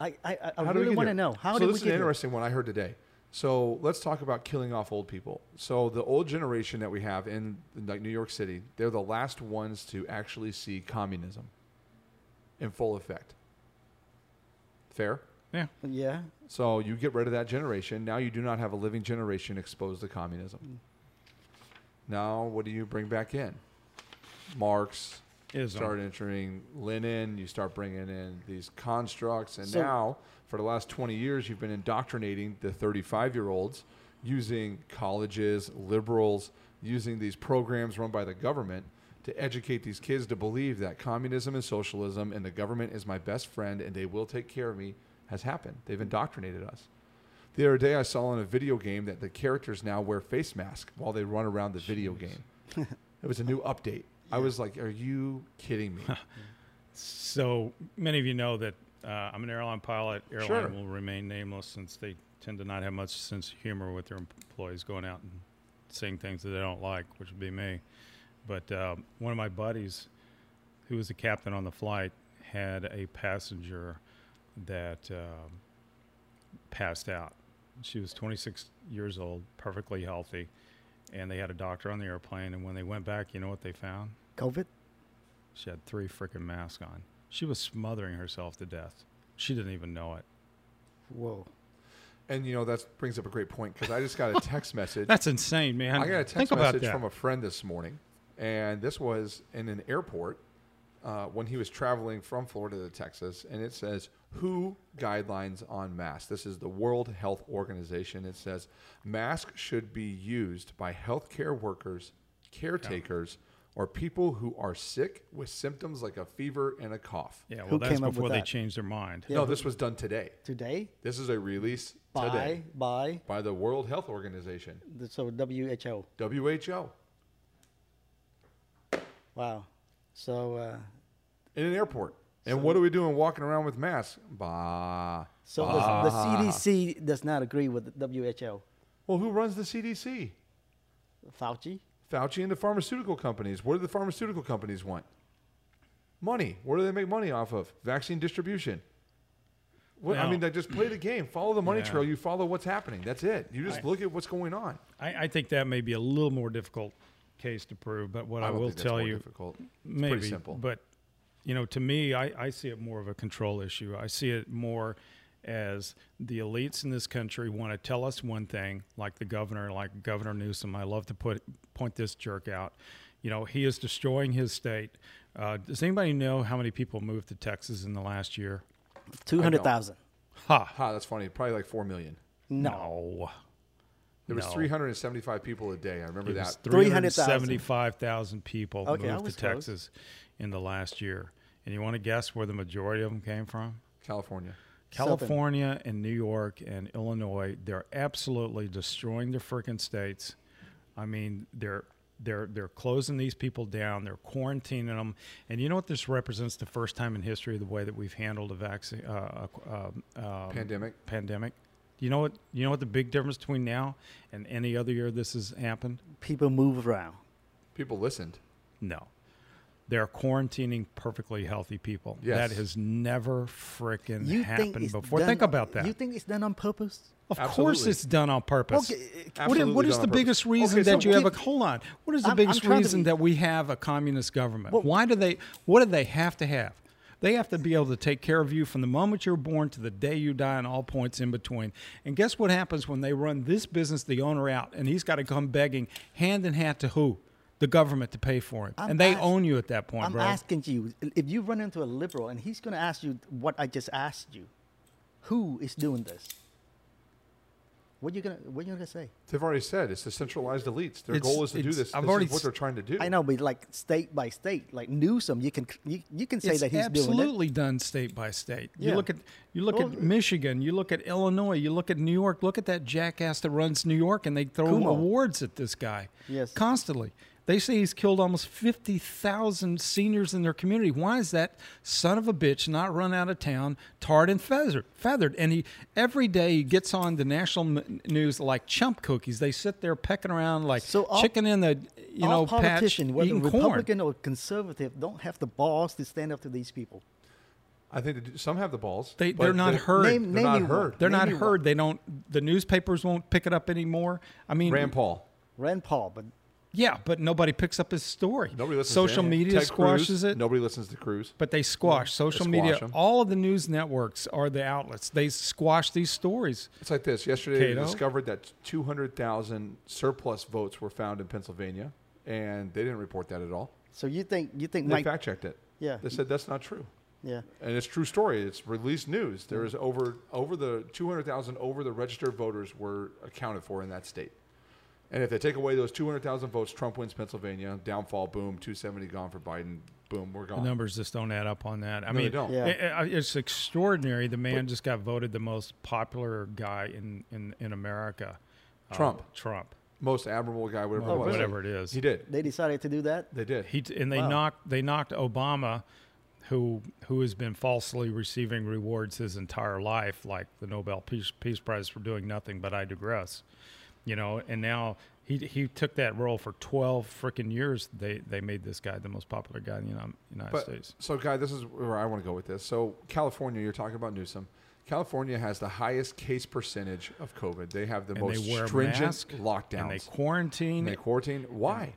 I I, I- I
How do we
really
get
want to
here?
know how
so
did
this
we
is an
get here?
interesting one I heard today. So let's talk about killing off old people. So the old generation that we have in like New York City, they're the last ones to actually see communism in full effect. Fair.
Yeah.
Yeah,
So you get rid of that generation. Now you do not have a living generation exposed to
Mm.
communism. Now what do you bring back in? Marx,
Ism.
start entering Lenin, you start bringing in these constructs, and
So-
now for the last 20 years, you've been indoctrinating the 35 year olds using colleges, liberals, using these programs run by the government to educate these kids to believe that communism and socialism and the government is my best friend and they will take care of me has happened. They've indoctrinated us. The other day, I saw in a video game that the characters now wear face masks while they run around the video game. It was a new update. I was like, "Are you kidding me?"
So many of you know that uh, I'm an airline pilot. Airline
Sure.
will remain nameless since they tend to not have much sense of humor with their employees going out and saying things that they don't like, which would be me. But uh, one of my buddies, who was the captain on the flight, had a passenger that um uh, passed out She was 26 years old, perfectly healthy, and they had a doctor on the airplane. And when they went back, you know what they found?
COVID.
She had three freaking masks on. She was smothering herself to death. She didn't even know it.
Whoa.
And you know that brings up a great point because I just got a text message.
That's insane, man.
I got a text
Think about
message
that.
from a friend this morning, and this was in an airport uh, when he was traveling from Florida to Texas, and it says WHO guidelines on masks. This is the World Health Organization. It says masks should be used by healthcare workers, caretakers, or people who are sick with symptoms like a fever and a cough.
yeah, well,
Who
that's
came up with
before they
that?
changed their mind.
No, this was done today.
Today,
This is a release
by
today
by
by the World Health Organization,
the, so WHO.
WHO,
Wow. So uh,
in an airport. And what are we doing walking around with masks? Bah.
so the, the
Ah.
CDC does not agree with the WHO.
Well, who runs the CDC?
Fauci.
Fauci and the pharmaceutical companies. What do the pharmaceutical companies want? Money. What do they make money off of? Vaccine distribution. What, I
Now-
mean, they just play the game. Follow the money
Yeah.
trail. You follow what's happening. That's it. You just
I-
look at what's going on.
I, I think that may be a little more difficult case to prove, but what I,
don't
will
think that's
tell
more
you,
difficult. It's
maybe,
pretty simple.
but you know, to me, I, I see it more of a control issue. I see it more as the elites in this country want to tell us one thing, like the governor, like Governor Newsom. I love to put point this jerk out. You know, he is destroying his state. Uh, does anybody know how many people moved to Texas in the last year?
Two hundred thousand.
Ha!
ha, that's funny. Probably like four million.
No.
There was
No.
375 people a day. I remember
It was
that.
300,000.
375,000 people
Okay, I
moved to
was close.
Texas in the last year. And you want to guess where the majority of them came from?
California.
Southern.
California and New York and Illinois. They're absolutely destroying their freaking states. I mean, they're they're they're closing these people down. They're quarantining them. And you know what? This represents the first time in history the way that we've handled a vaccine uh, uh, uh,
Pandemic.
pandemic. You know what? You know what the big difference between now and any other year this has happened?
People move around.
People listened.
No. They're quarantining perfectly healthy people.
Yes.
That has never frickin' happened
it's
before.
done-
Think about that.
You think it's done on purpose?
of course
Absolutely.
it's done on purpose.
Okay,
What is,
Absolutely
what is
done
the
on purpose.
biggest reason
Okay,
that
so
you have a
give-
hold on? What is the
I'm- I'm
biggest
trying to
reason
be-
that we have a communist government?
Well-
Why do they what do they have to have? They have to be able to take care of you from the moment you're born to the day you die and all points in between. And guess what happens when they run this business, the owner out, and he's got to come begging hand in hand to who? The government to pay for him.
I'm
and they
ask-
own you at that point,
I'm
bro.
asking you if you run into a liberal and he's going to ask you what I just asked you, who is doing this? What you gonna What you gonna say?
They've already said it's the centralized elites. Their
It's-
goal is to do
it's-
this.
I've
this
already
is what
s-
they're trying to do.
I know, but like state by state, like Newsom, you can you, you can say
it's
that he's doing it.
absolutely done state by state.
Yeah.
You look at you look
Well,
at Michigan, you look at Illinois, you look at New York. Look at that jackass that runs New York, and they throw
Cuomo.
awards at this guy
Yes.
constantly. They say he's killed almost fifty thousand seniors in their community. Why is that son of a bitch not run out of town, tarred and feathered? Feathered, and he every day he gets on the national m- news like chump cookies. They sit there pecking around like
So all-
chicken in the you
All
know patch,
politician, whether
eating corn.
Republican or conservative, don't have the balls to stand up to these people.
I think they do, some have the balls.
They-
but
they're not heard.
Name-
They're not
me one.
heard.
They're
Name
not
me one.
heard. They don't. The newspapers won't pick it up anymore. I mean,
Rand Paul.
Rand Paul, but
yeah, but nobody picks up his story.
Nobody listens.
Social
to him.
media
Ted
squashes
Cruz,
it.
Nobody listens to Cruz.
But they squash social
squash
media.
'em.
All of the news networks are the outlets. They squash these stories.
It's like this. Yesterday, they
Cato?
discovered that 200,000 surplus votes were found in Pennsylvania, and they didn't report that at all.
so you think you think
They
Mike?
fact checked it.
Yeah.
They said that's not true.
yeah,
And it's true story. It's released news. There
Mm.
is over over the 200,000 over the registered voters were accounted for in that state. And if they take away those 200,000 votes, Trump wins Pennsylvania. Downfall, boom. 270 gone for Biden. Boom, we're
The
gone.
numbers just don't add up on that. I
they
mean,
don't.
Yeah.
it- it- it's extraordinary. The man just got voted the most popular guy in in in America. Uh,
Trump.
Trump.
Most admirable guy, whatever it was.
Whatever it is.
He did.
they decided to do that.
They did.
He t- and they knocked they knocked Obama, who who has been falsely receiving rewards his entire life, like the Nobel Peace Peace Prize for doing nothing. But I digress. You know, and now he he took that role for twelve freaking years. They they made this guy the most popular guy in the Uni- United
But
States.
so, guy, this is where I want to go with this. So, California, you're talking about Newsom. California has the highest case percentage of COVID. They have the
And
most
they wear
stringent
masks
lockdowns.
and they quarantine.
And they quarantine. Why?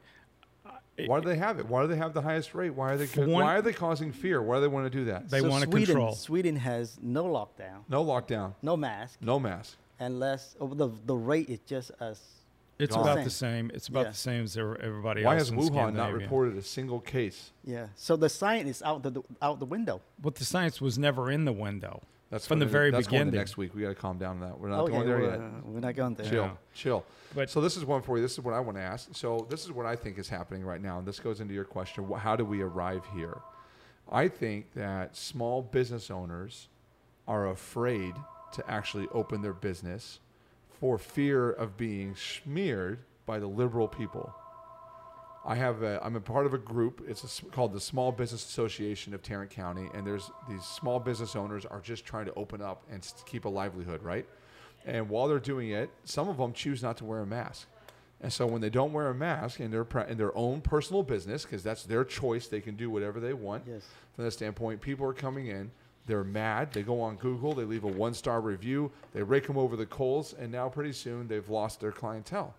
Why do they have it? Why do they have the highest rate? Why are they?
For one-
why are they causing fear? Why do they want to do that?
They wanna
Sweden,
control.
Sweden has no lockdown,
no lockdown,
no mask,
no mask.
unless oh, the the rate is just as
it's
Gone.
about the same. It's about
Yeah.
the same as ev- everybody
Why
else.
has
in
Wuhan not
Scandinavia.
reported a single case?
yeah. So the science is out the out the window.
But the science was never in the window.
That's
from the
going to-
very
that's going to
beginning.
next week, we got to calm down on that. We're
Ah,
not
okay,
going there
Oh, we're,
yet.
we're not going there.
Chill,
Yeah.
chill.
But-
so this is one for you. This is what I want to ask. So this is what I think is happening right now, and this goes into your question: wh- How do we arrive here? I think that small business owners are afraid to actually open their business for fear of being smeared by the liberal people. I have a, I'm a part of a group. It's a s called the Small Business Association of Tarrant County, and there's these small business owners are just trying to open up and s- keep a livelihood, right? And while they're doing it, some of them choose not to wear a mask. And so when they don't wear a mask in their pri- in their own personal business, because that's their choice, they can do whatever they want.
Yes.
From that standpoint, people are coming in. They're mad. They go on Google. They leave a one star review. They rake them over the coals, and now pretty soon they've lost their clientele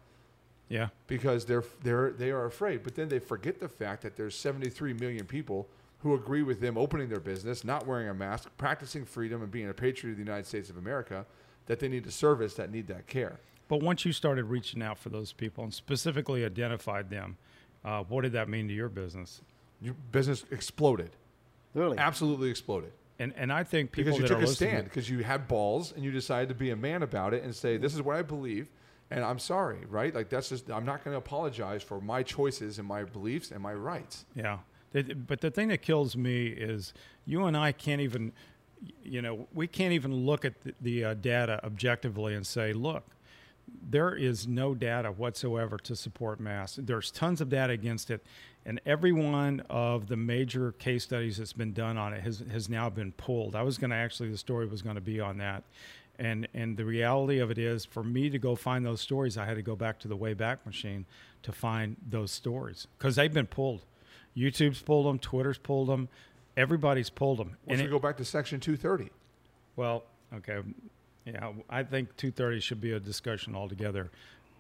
Yeah.
because they're they're they are afraid. But then they forget the fact that there's 73 million people who agree with them opening their business, not wearing a mask, practicing freedom, and being a patriot of the United States of America. That they need to service, that need that care.
But once you started reaching out for those people and specifically identified them, uh, what did that mean to your business?
Your business exploded,
Really?
absolutely exploded,
And and I think people
because you
that
took
are
a
listening-
stand, because you had balls, and you decided to be a man about it and say, "This is what I believe." And I'm sorry, right? Like that's just I'm not going to apologize for my choices and my beliefs and my rights.
Yeah. That- But the thing that kills me is you and I can't even, you know, we can't even look at the, the uh, data objectively and say, look, there is no data whatsoever to support masks. There's tons of data against it, and every one of the major case studies that's been done on it has, has now been pulled. I was going to actually, the story was going to be on that. And, and the reality of it is, for me to go find those stories, I had to go back to the Wayback Machine to find those stories because they've been pulled. YouTube's pulled them, Twitter's pulled them, everybody's pulled them.
Once we go back to Section 230,
Well, okay. Yeah, I think 230 should be a discussion altogether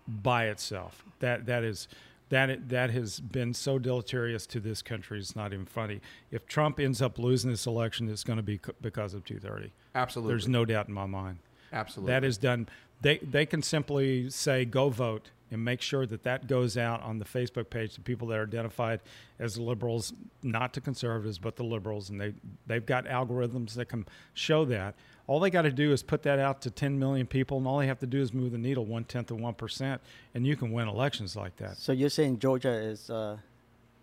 by itself. That that is that that has been so deleterious to this country. It's not even funny. If Trump ends up losing this election, it's going to be c- because of 230.
absolutely,
There's no doubt in my mind.
absolutely.
That is done. They they can simply say go vote and make sure that that goes out on the Facebook page to people that are identified as liberals, not to conservatives, but the liberals, and they they've got algorithms that can show that. All they got to do is put that out to 10 million people, and all they have to do is move the needle one tenth of one percent, and you can win elections like that.
So you're saying Georgia is uh,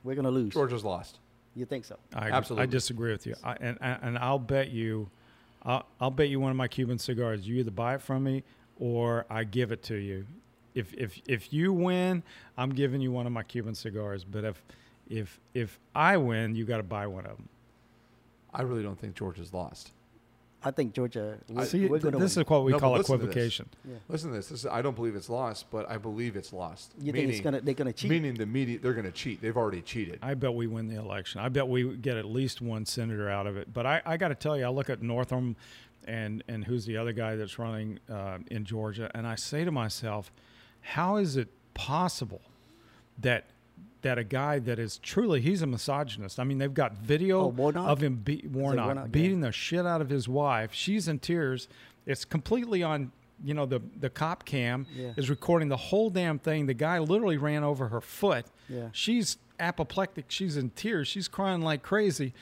we're gonna lose?
Georgia's lost.
You think so?
I,
Absolutely.
I disagree with you. I, and, and and I'll bet you, I'll, I'll bet you one of my Cuban cigars. You either buy it from me or I give it to you. If if if you win, I'm giving you one of my Cuban cigars. But if if if I win, you got to buy one of them.
I really don't think Georgia's lost.
I think Georgia. We're,
See,
we're
th-
gonna
this
win.
is what we
No, but
call
listen to this.
equivocation.
yeah.
Listen to this. this is, I don't believe it's lost, but I believe it's lost.
You think it's gonna they're gonna cheat?
Meaning the media, they're going to cheat. They've already cheated.
I bet we win the election. I bet we get at least one senator out of it. But I, I got to tell you, I look at Northam and, and who's the other guy that's running uh, in Georgia, and I say to myself, how is it possible that that a guy that is truly he's a misogynist. I mean, they've got video
Oh, Warnock?
of him be- Warnock,
Warnock, yeah.
beating the shit out of his wife. She's in tears. It's completely on. You know the the cop cam
Yeah.
is recording the whole damn thing. The guy literally ran over her foot.
Yeah.
She's apoplectic. She's in tears. She's crying like crazy.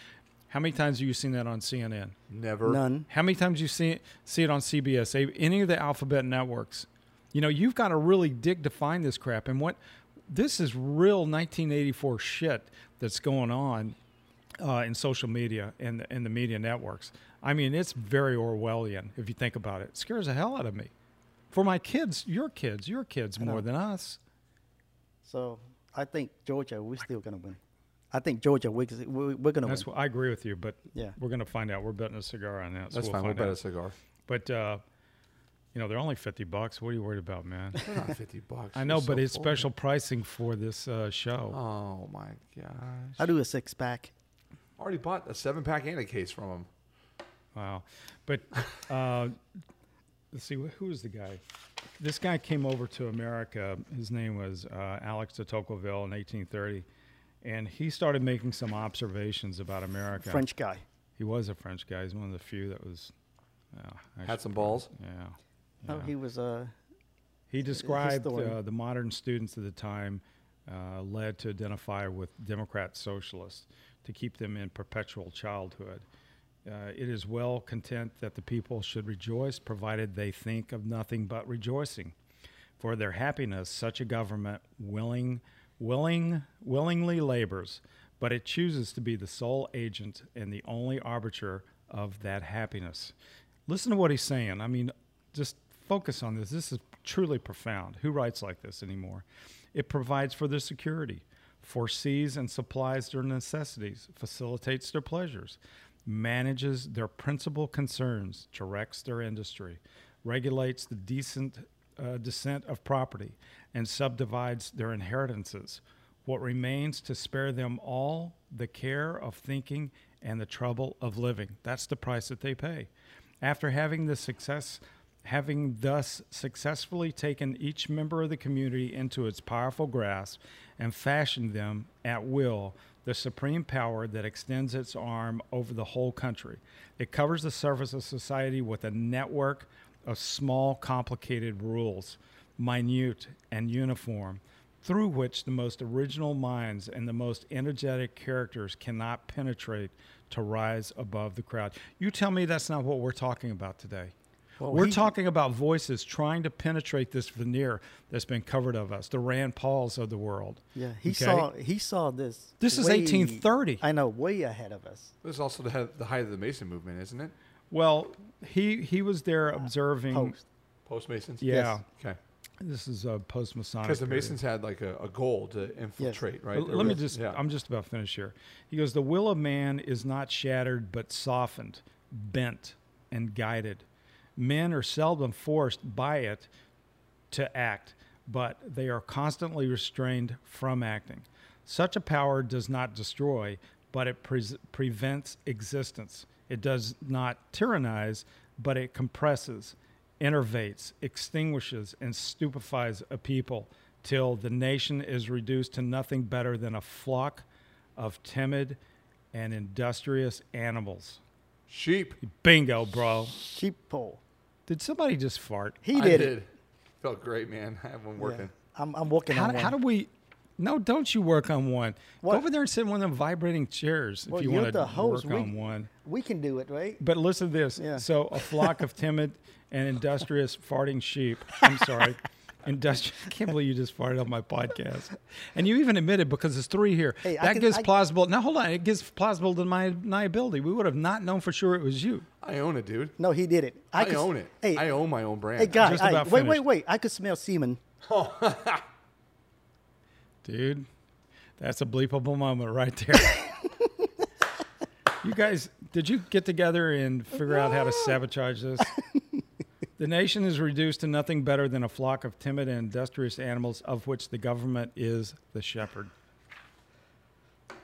How many times have you seen that on CNN?
Never.
None.
How many times you see it, see it on CBS, a- any of the alphabet networks? You know, you've got to really dig to find this crap. And what this is real 1984 shit that's going on uh, in social media and and the media networks. I mean, it's very Orwellian if you think about it. It scares the hell out of me. For my kids, your kids, your kids more than us.
So I think Georgia. We're still gonna win. I think Georgia. We're we're, we're gonna
That's
win.
what I agree with you, but
Yeah.
we're going to find out. We're betting a cigar on that. So
That's
we'll
fine. We'll
Find
bet a
out.
cigar.
But uh, you know, they're only 50 bucks. What are you worried about, man?
They're not 50 bucks.
I know,
They're
but
so
it's
full.
special pricing for this uh, show.
Oh, my gosh.
I do a six pack.
already bought a seven pack and a case from them.
Wow. But uh, let's see, wh- who was the guy? This guy came over to America. His name was uh, Alex de Tocqueville in 1830. And he started making some observations about America.
French guy.
He was a French guy. He's one of the few that was. Uh, I
Had
should-
some balls.
Yeah.
No,
yeah.
he was uh,
He described
historian.
uh, the modern students of the time uh, led to identify with Democrat socialists to keep them in perpetual childhood. Uh, it is well content that the people should rejoice, provided they think of nothing but rejoicing. For their happiness, such a government willing, willing, willingly labors, but it chooses to be the sole agent and the only arbiter of that happiness. Listen to what he's saying. I mean, just focus on this. This is truly profound. Who writes like this anymore? It provides for their security, foresees and supplies their necessities, facilitates their pleasures, manages their principal concerns, directs their industry, regulates the decent uh, descent of property, and subdivides their inheritances. What remains to spare them all the care of thinking and the trouble of living. That's the price that they pay. After having the success, having thus successfully taken each member of the community into its powerful grasp and fashioned them at will, the supreme power that extends its arm over the whole country. It covers the surface of society with a network of small, complicated rules, minute and uniform, through which the most original minds and the most energetic characters cannot penetrate to rise above the crowd. You tell me that's not what we're talking about today. we're
he-
talking about voices trying to penetrate this veneer that's been covered of us, the Rand Pauls of the world.
yeah. He
Okay?
saw he saw this.
This is
way-
1830.
I know, way ahead of us.
This is also the, he- the height of the Mason movement, isn't it?
Well, he he was there observing.
Uh, Post.
Post Masons.
Yeah,
Yes.
Okay.
this is uh, a post Masonic.
Because the Masons had like a, a goal to infiltrate, right?
L-
There
Let me
was-
just,
Yeah.
I'm just about finished here. He goes, The will of man is not shattered, but softened, bent, and guided. Men are seldom forced by it to act, but they are constantly restrained from acting. Such a power does not destroy, but it pres prevents existence. It does not tyrannize, but it compresses, enervates, extinguishes, and stupefies a people till the nation is reduced to nothing better than a flock of timid and industrious animals.
Sheep.
Bingo, bro.
Sheep pole.
Did somebody just fart?
He
I
did,
did.
it.
Felt great, man. I have one
Yeah.
working.
I'm I'm working
How,
on
do-
one.
how do we? No, don't you work on one.
What?
Go over there and sit in one of them vibrating chairs if
Well,
you
you're
want to
the host.
work
We-
on one.
we can do it, right?
But listen to this.
Yeah.
So a flock of timid and industrious farting sheep. I'm sorry. Industrious. I can't believe you just farted on my podcast. And you even admitted because there's three here.
Hey, I
that
can-
gives
I-
plausible. Now hold on. It gives plausible to my deniability. We would have not known for sure it was you.
I own it, dude.
No, he did it.
I,
could s-
own it.
Hey,
I own my own brand.
hey, guy,
just
I-
about
wait, wait,
finished.
wait. I could smell semen.
Dude, that's a bleepable moment right there. you guys, did you get together and figure out how to sabotage this? the nation is reduced to nothing better than a flock of timid and industrious animals of which the government is the shepherd.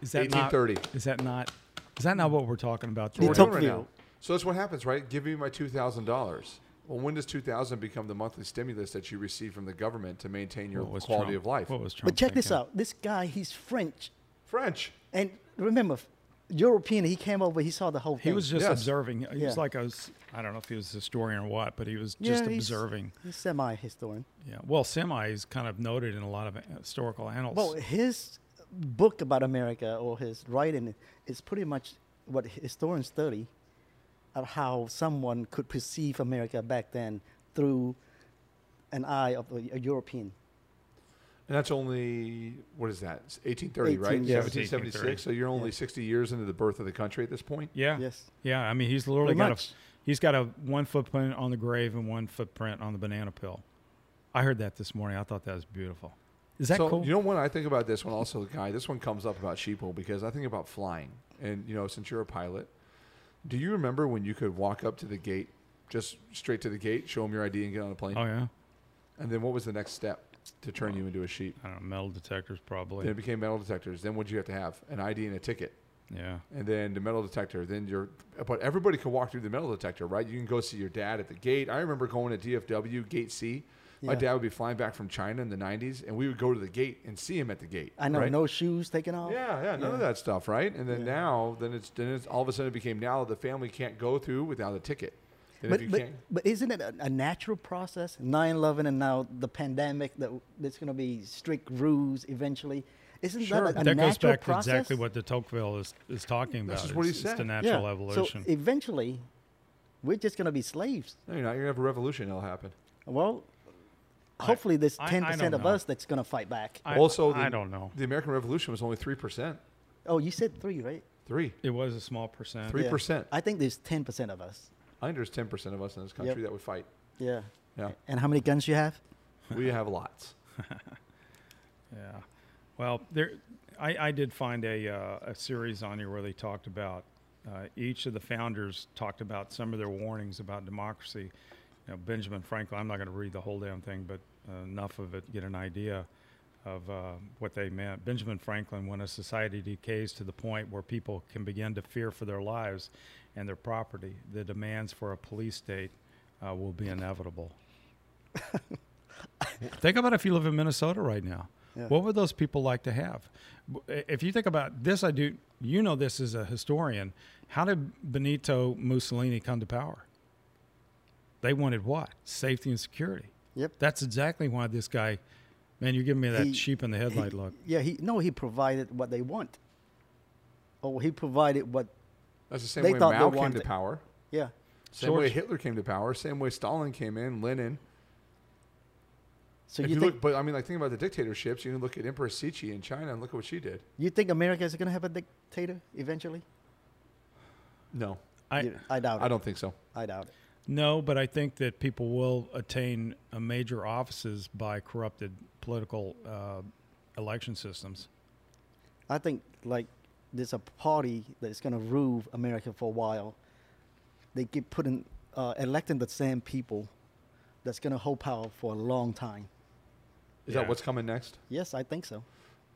Is that not
1830.
Is that not Is that not what we're talking about?
We're
George?
doing right
Tocqueville.
now. So that's what happens, right? Give me my two thousand dollars. Well, when does two thousand become the monthly stimulus that you receive from the government to maintain your
What was
quality
Trump-
of life?
What was Trump
But check this
thinking?
out. This guy, he's French,
French.
and remember, European. He came over. He saw the whole
He
thing.
was just
Yes.
observing. He
Yeah.
was like a, s- I don't know if he was a historian or what, but he was
Yeah,
just
he's-
observing.
He's semi-historian.
Yeah. Well, semi is kind of noted in a lot of uh, historical annals.
Well, his book about America or his writing is pretty much what historians study of how someone could perceive America back then through an eye of a, a European.
And that's only what is that? Eighteen thirty, right?
18, yeah.
Seventeen seventy six. So you're only sixty years into the birth of the country at this point.
yeah.
Yes.
Yeah. I mean, he's literally
Pretty
got
much.
a he's got a one footprint on the grave and one footprint on the banana pill. I heard that this morning. I thought that was beautiful. Is that
so
cool?
you know when I think about this one also, guy, this one comes up about sheeple because I think about flying. And you know, since you're a pilot, do you remember when you could walk up to the gate, just straight to the gate, show them your ID, and get on a plane?
oh yeah.
And then what was the next step to turn you into a sheep?
I don't know. Metal detectors
Then
probably.
it became metal detectors. Then what'd you have to have? An ID and a ticket.
Yeah.
and then the metal detector. Then you're, but everybody can walk through the metal detector, right? You can go see your dad at the gate. I remember going to DFW Gate C. My
Yeah.
dad would be flying back from China in the '90s, and we would go to the gate and see him at the gate.
I know
right?
no shoes taken off.
Yeah, yeah, none of that stuff, right? And then
Yeah.
now, then it's then it's all of a sudden it became now the family can't go through without a ticket. And if
But,
you
but,
can't,
but isn't it a, a natural process? 9 11 and now the pandemic, that there's going to be strict rules eventually. Isn't
Sure.
that a, a
that goes
natural
back
process?
to exactly what de Tocqueville is, is talking about.
is what he
it's, it's the
said.
natural
Yeah.
evolution.
So eventually, we're just going to be slaves.
no, you're not. You're gonna have a revolution. It'll happen.
Well, hopefully, there's
I- I
10%
don't
of
know.
us that's going to fight back.
I-
also, the,
I don't know.
The American Revolution was only three percent.
oh, you said three, right?
Three.
It was a small percent.
Three-
Yeah.
3%.
I think there's 10% of us.
I think there's ten percent of us in this country
Yep.
that would fight.
Yeah.
Yeah,
And how many guns you have?
we have lots.
Yeah. Well, there, I, I did find a, uh, a series on here where they talked about uh, each of the founders talked about some of their warnings about democracy. You know, Benjamin Franklin. I'm not going to read the whole damn thing, but uh, enough of it to get an idea of uh, what they meant. Benjamin Franklin, when a society decays to the point where people can begin to fear for their lives and their property, the demands for a police state uh, will be inevitable. Think about if you live in Minnesota right now.
Yeah.
What would those people like to have? W- If you think about this, I do. You know this as a historian. How did Benito Mussolini come to power? They wanted what? Safety and security.
Yep.
That's exactly why this guy. Man, you're giving me that
He-
sheep in the headlight
He-
look.
Yeah, he no, he provided what they want. Oh, he provided what?
That's the same
They
way
thought
Mao
they
came to
wanted-
power.
Yeah,
Same
George-
way Hitler came to power. Same way Stalin came in. Lenin.
so
if
you
you
think
look, but I mean, like think about the dictatorships. You can look at Empress Cixi in China and look at what she did.
you think America is going to have a dictator eventually?
No,
I
You- I doubt it.
I don't think so.
I doubt it.
no, but I think that people will attain uh, major offices by corrupted political uh, election systems.
I think like there's a party that's going to rule America for a while. They keep putting uh, electing the same people that's going to hold power for a long time.
Is
Yeah.
that what's coming next?
Yes, I think so.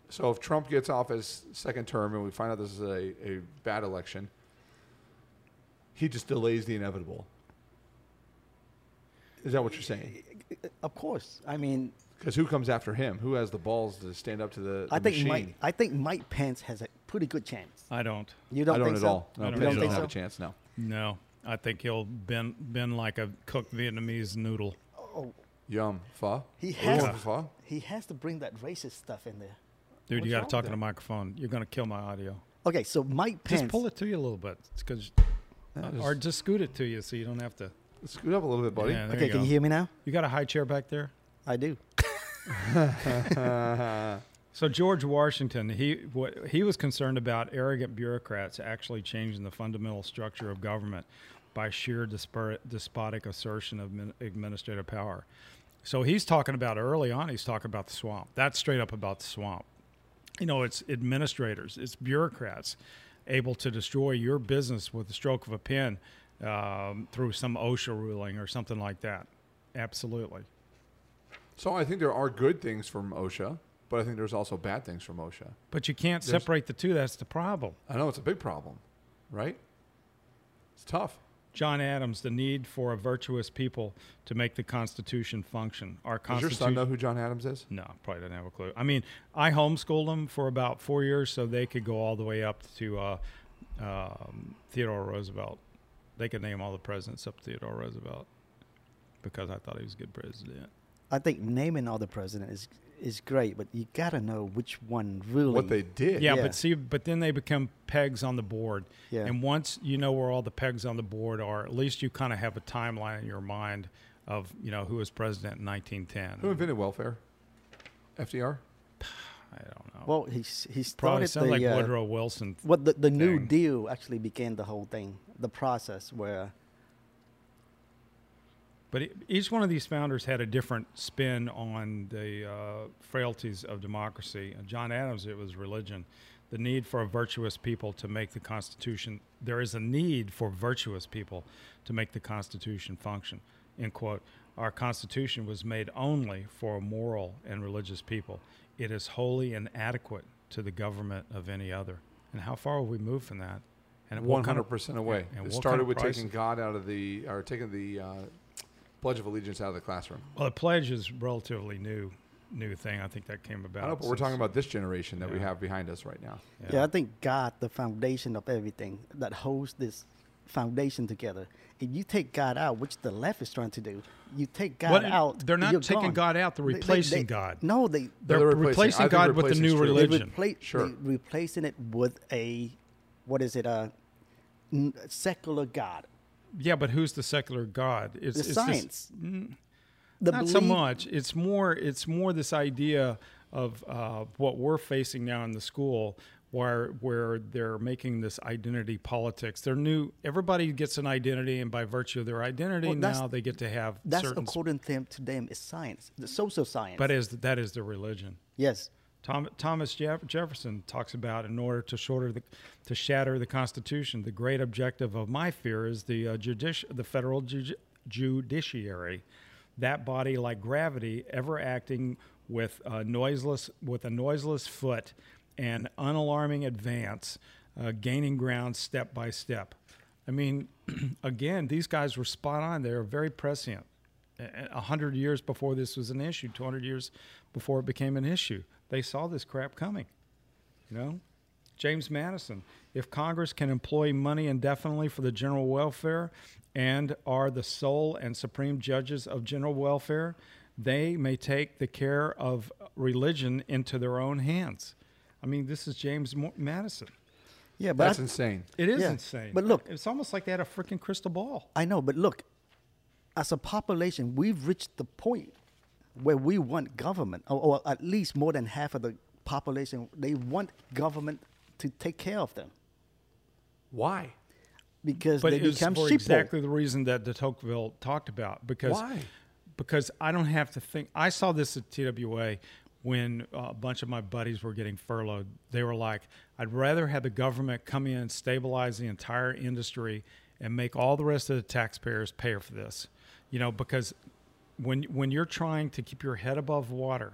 So if Trump gets office second term and we find out this is a, a bad election, he just delays the inevitable. Is that what you're saying?
Of course. I mean,
Because who comes after him? Who has the balls to stand up to the, the
I think
machine?
Mike. I think Mike Pence has a pretty good chance.
I don't.
You
I
don't, think
at
so?
all. No,
I don't
you
Pence
don't
doesn't
think
have
so?
a chance. No.
No, I think he'll bend bend like a cooked Vietnamese noodle.
Oh,
Yum. Pho.
He
Ooh,
has-
Pho.
he has to bring that racist stuff in there.
Dude,
What's
you got
wrong
to talk
with
in
that?
the microphone. You're going to kill my audio.
Okay, so Mike Pence.
Just pull it to you a little bit, 'cause-
Yeah,
or
just
just scoot it to you so you don't have to.
scoot up a little bit, buddy.
Yeah, there
Okay,
you
can
go.
you hear me now?
You got a high chair back there.
I do.
So George Washington, he what, he was concerned about arrogant bureaucrats actually changing the fundamental structure of government by sheer desper- despotic assertion of min- administrative power. So he's talking about early on. He's talking about the swamp. That's straight up about the swamp. You know, it's administrators, it's bureaucrats, able to destroy your business with the stroke of a pen um, through some OSHA ruling or something like that. Absolutely.
So I think there are good things from OSHA, but I think there's also bad things from OSHA.
But you can't
There's-
separate the two. That's the problem.
I know it's a big problem, right? It's tough.
John Adams, the need for a virtuous people to make the Constitution function. Our
Does your
Constitution.
son know who John Adams is?
No, probably doesn't have a clue. I mean, I homeschooled them for about four years, so they could go all the way up to uh, um, Theodore Roosevelt. They could name all the presidents up to Theodore Roosevelt because I thought he was a good president.
I think naming all the president is is great, but you gotta know which one really.
What they did.
Yeah,
Yeah.
but see, but then they become pegs on the board.
Yeah.
And once you know where all the pegs on the board are, at least you kind of have a timeline in your mind of you know who was president in 1910.
Who invented welfare? FDR?
I don't know.
Well, he s- he
Probably
started
sound
the
like
uh,
Woodrow Wilson.
what the, the New
thing.
Deal actually began the whole thing, the process where
But e- each one of these founders had a different spin on the uh, frailties of democracy. And John Adams, it was religion, the need for a virtuous people to make the Constitution. There is a need for virtuous people to make the Constitution function. End quote. Our Constitution was made only for a moral and religious people. It is wholly inadequate to the government of any other. And how far have we moved from that? And
One
what kind
hundred
of-
percent away.
and
It
what kind
started
of
with
prices?
taking God out of the or taking the uh, Pledge of Allegiance out of the classroom.
Well, the pledge is relatively new, new thing. I think that came about.
I know, but we're
since-
talking about this generation that we
Yeah.
have behind us right now.
Yeah.
Yeah. I think God, the foundation of everything that holds this foundation together. If you take God out, which the left is trying to do, you take God
What-
out.
they're not
you're
taking
gone.
God out, they're
They- they-
replacing
they-
God.
No, they
They're,
They're replacing-
replacing,
I think
God with the
replacing's
new
true. They
they
religion.
repla-
Sure.
they replacing it with a what is it a n- secular God,
yeah, but who's the secular God? It's,
the
it's this-
science, the
not so much. It's more. It's more this idea of uh, what we're facing now in the school, where where they're making this identity politics. They're new. Everybody gets an identity, and by virtue of their identity,
Well, that's-
now they get to have
That's
certain.
according to them. To them, is science, the social science.
But is that is their religion?
yes,
Tom, Thomas Jeff, Jefferson talks about in order to shorter the, to shatter the Constitution, the great objective of my fear is the uh, judici- the federal ju- judiciary, that body like gravity, ever acting with a noiseless with a noiseless foot and unalarming advance, uh, gaining ground step by step. I mean, again, these guys were spot on. They were very prescient. A a hundred years before this was an issue, two hundred years before it became an issue, they saw this crap coming. You know, James Madison. If Congress can employ money indefinitely for the general welfare, and are the sole and supreme judges of general welfare, they may take the care of religion into their own hands. I mean, this is James Mo- Madison.
yeah, but
That's
I-
insane.
It is
Yeah,
insane.
but look-
it's almost like they had a freaking crystal ball.
I know, but look, as a population, we've reached the point where we want government, or, or at least more than half of the population, they want government to take care of them
Why?
because
But
they
it was
become
for
sheep.
exactly the reason that de Tocqueville talked about because
Why?
because I don't have to think. I saw this at TWA when uh, a bunch of my buddies were getting furloughed. They were like, "I'd rather have the government come in and stabilize the entire industry and make all the rest of the taxpayers pay for this," you know, because when when you're trying to keep your head above water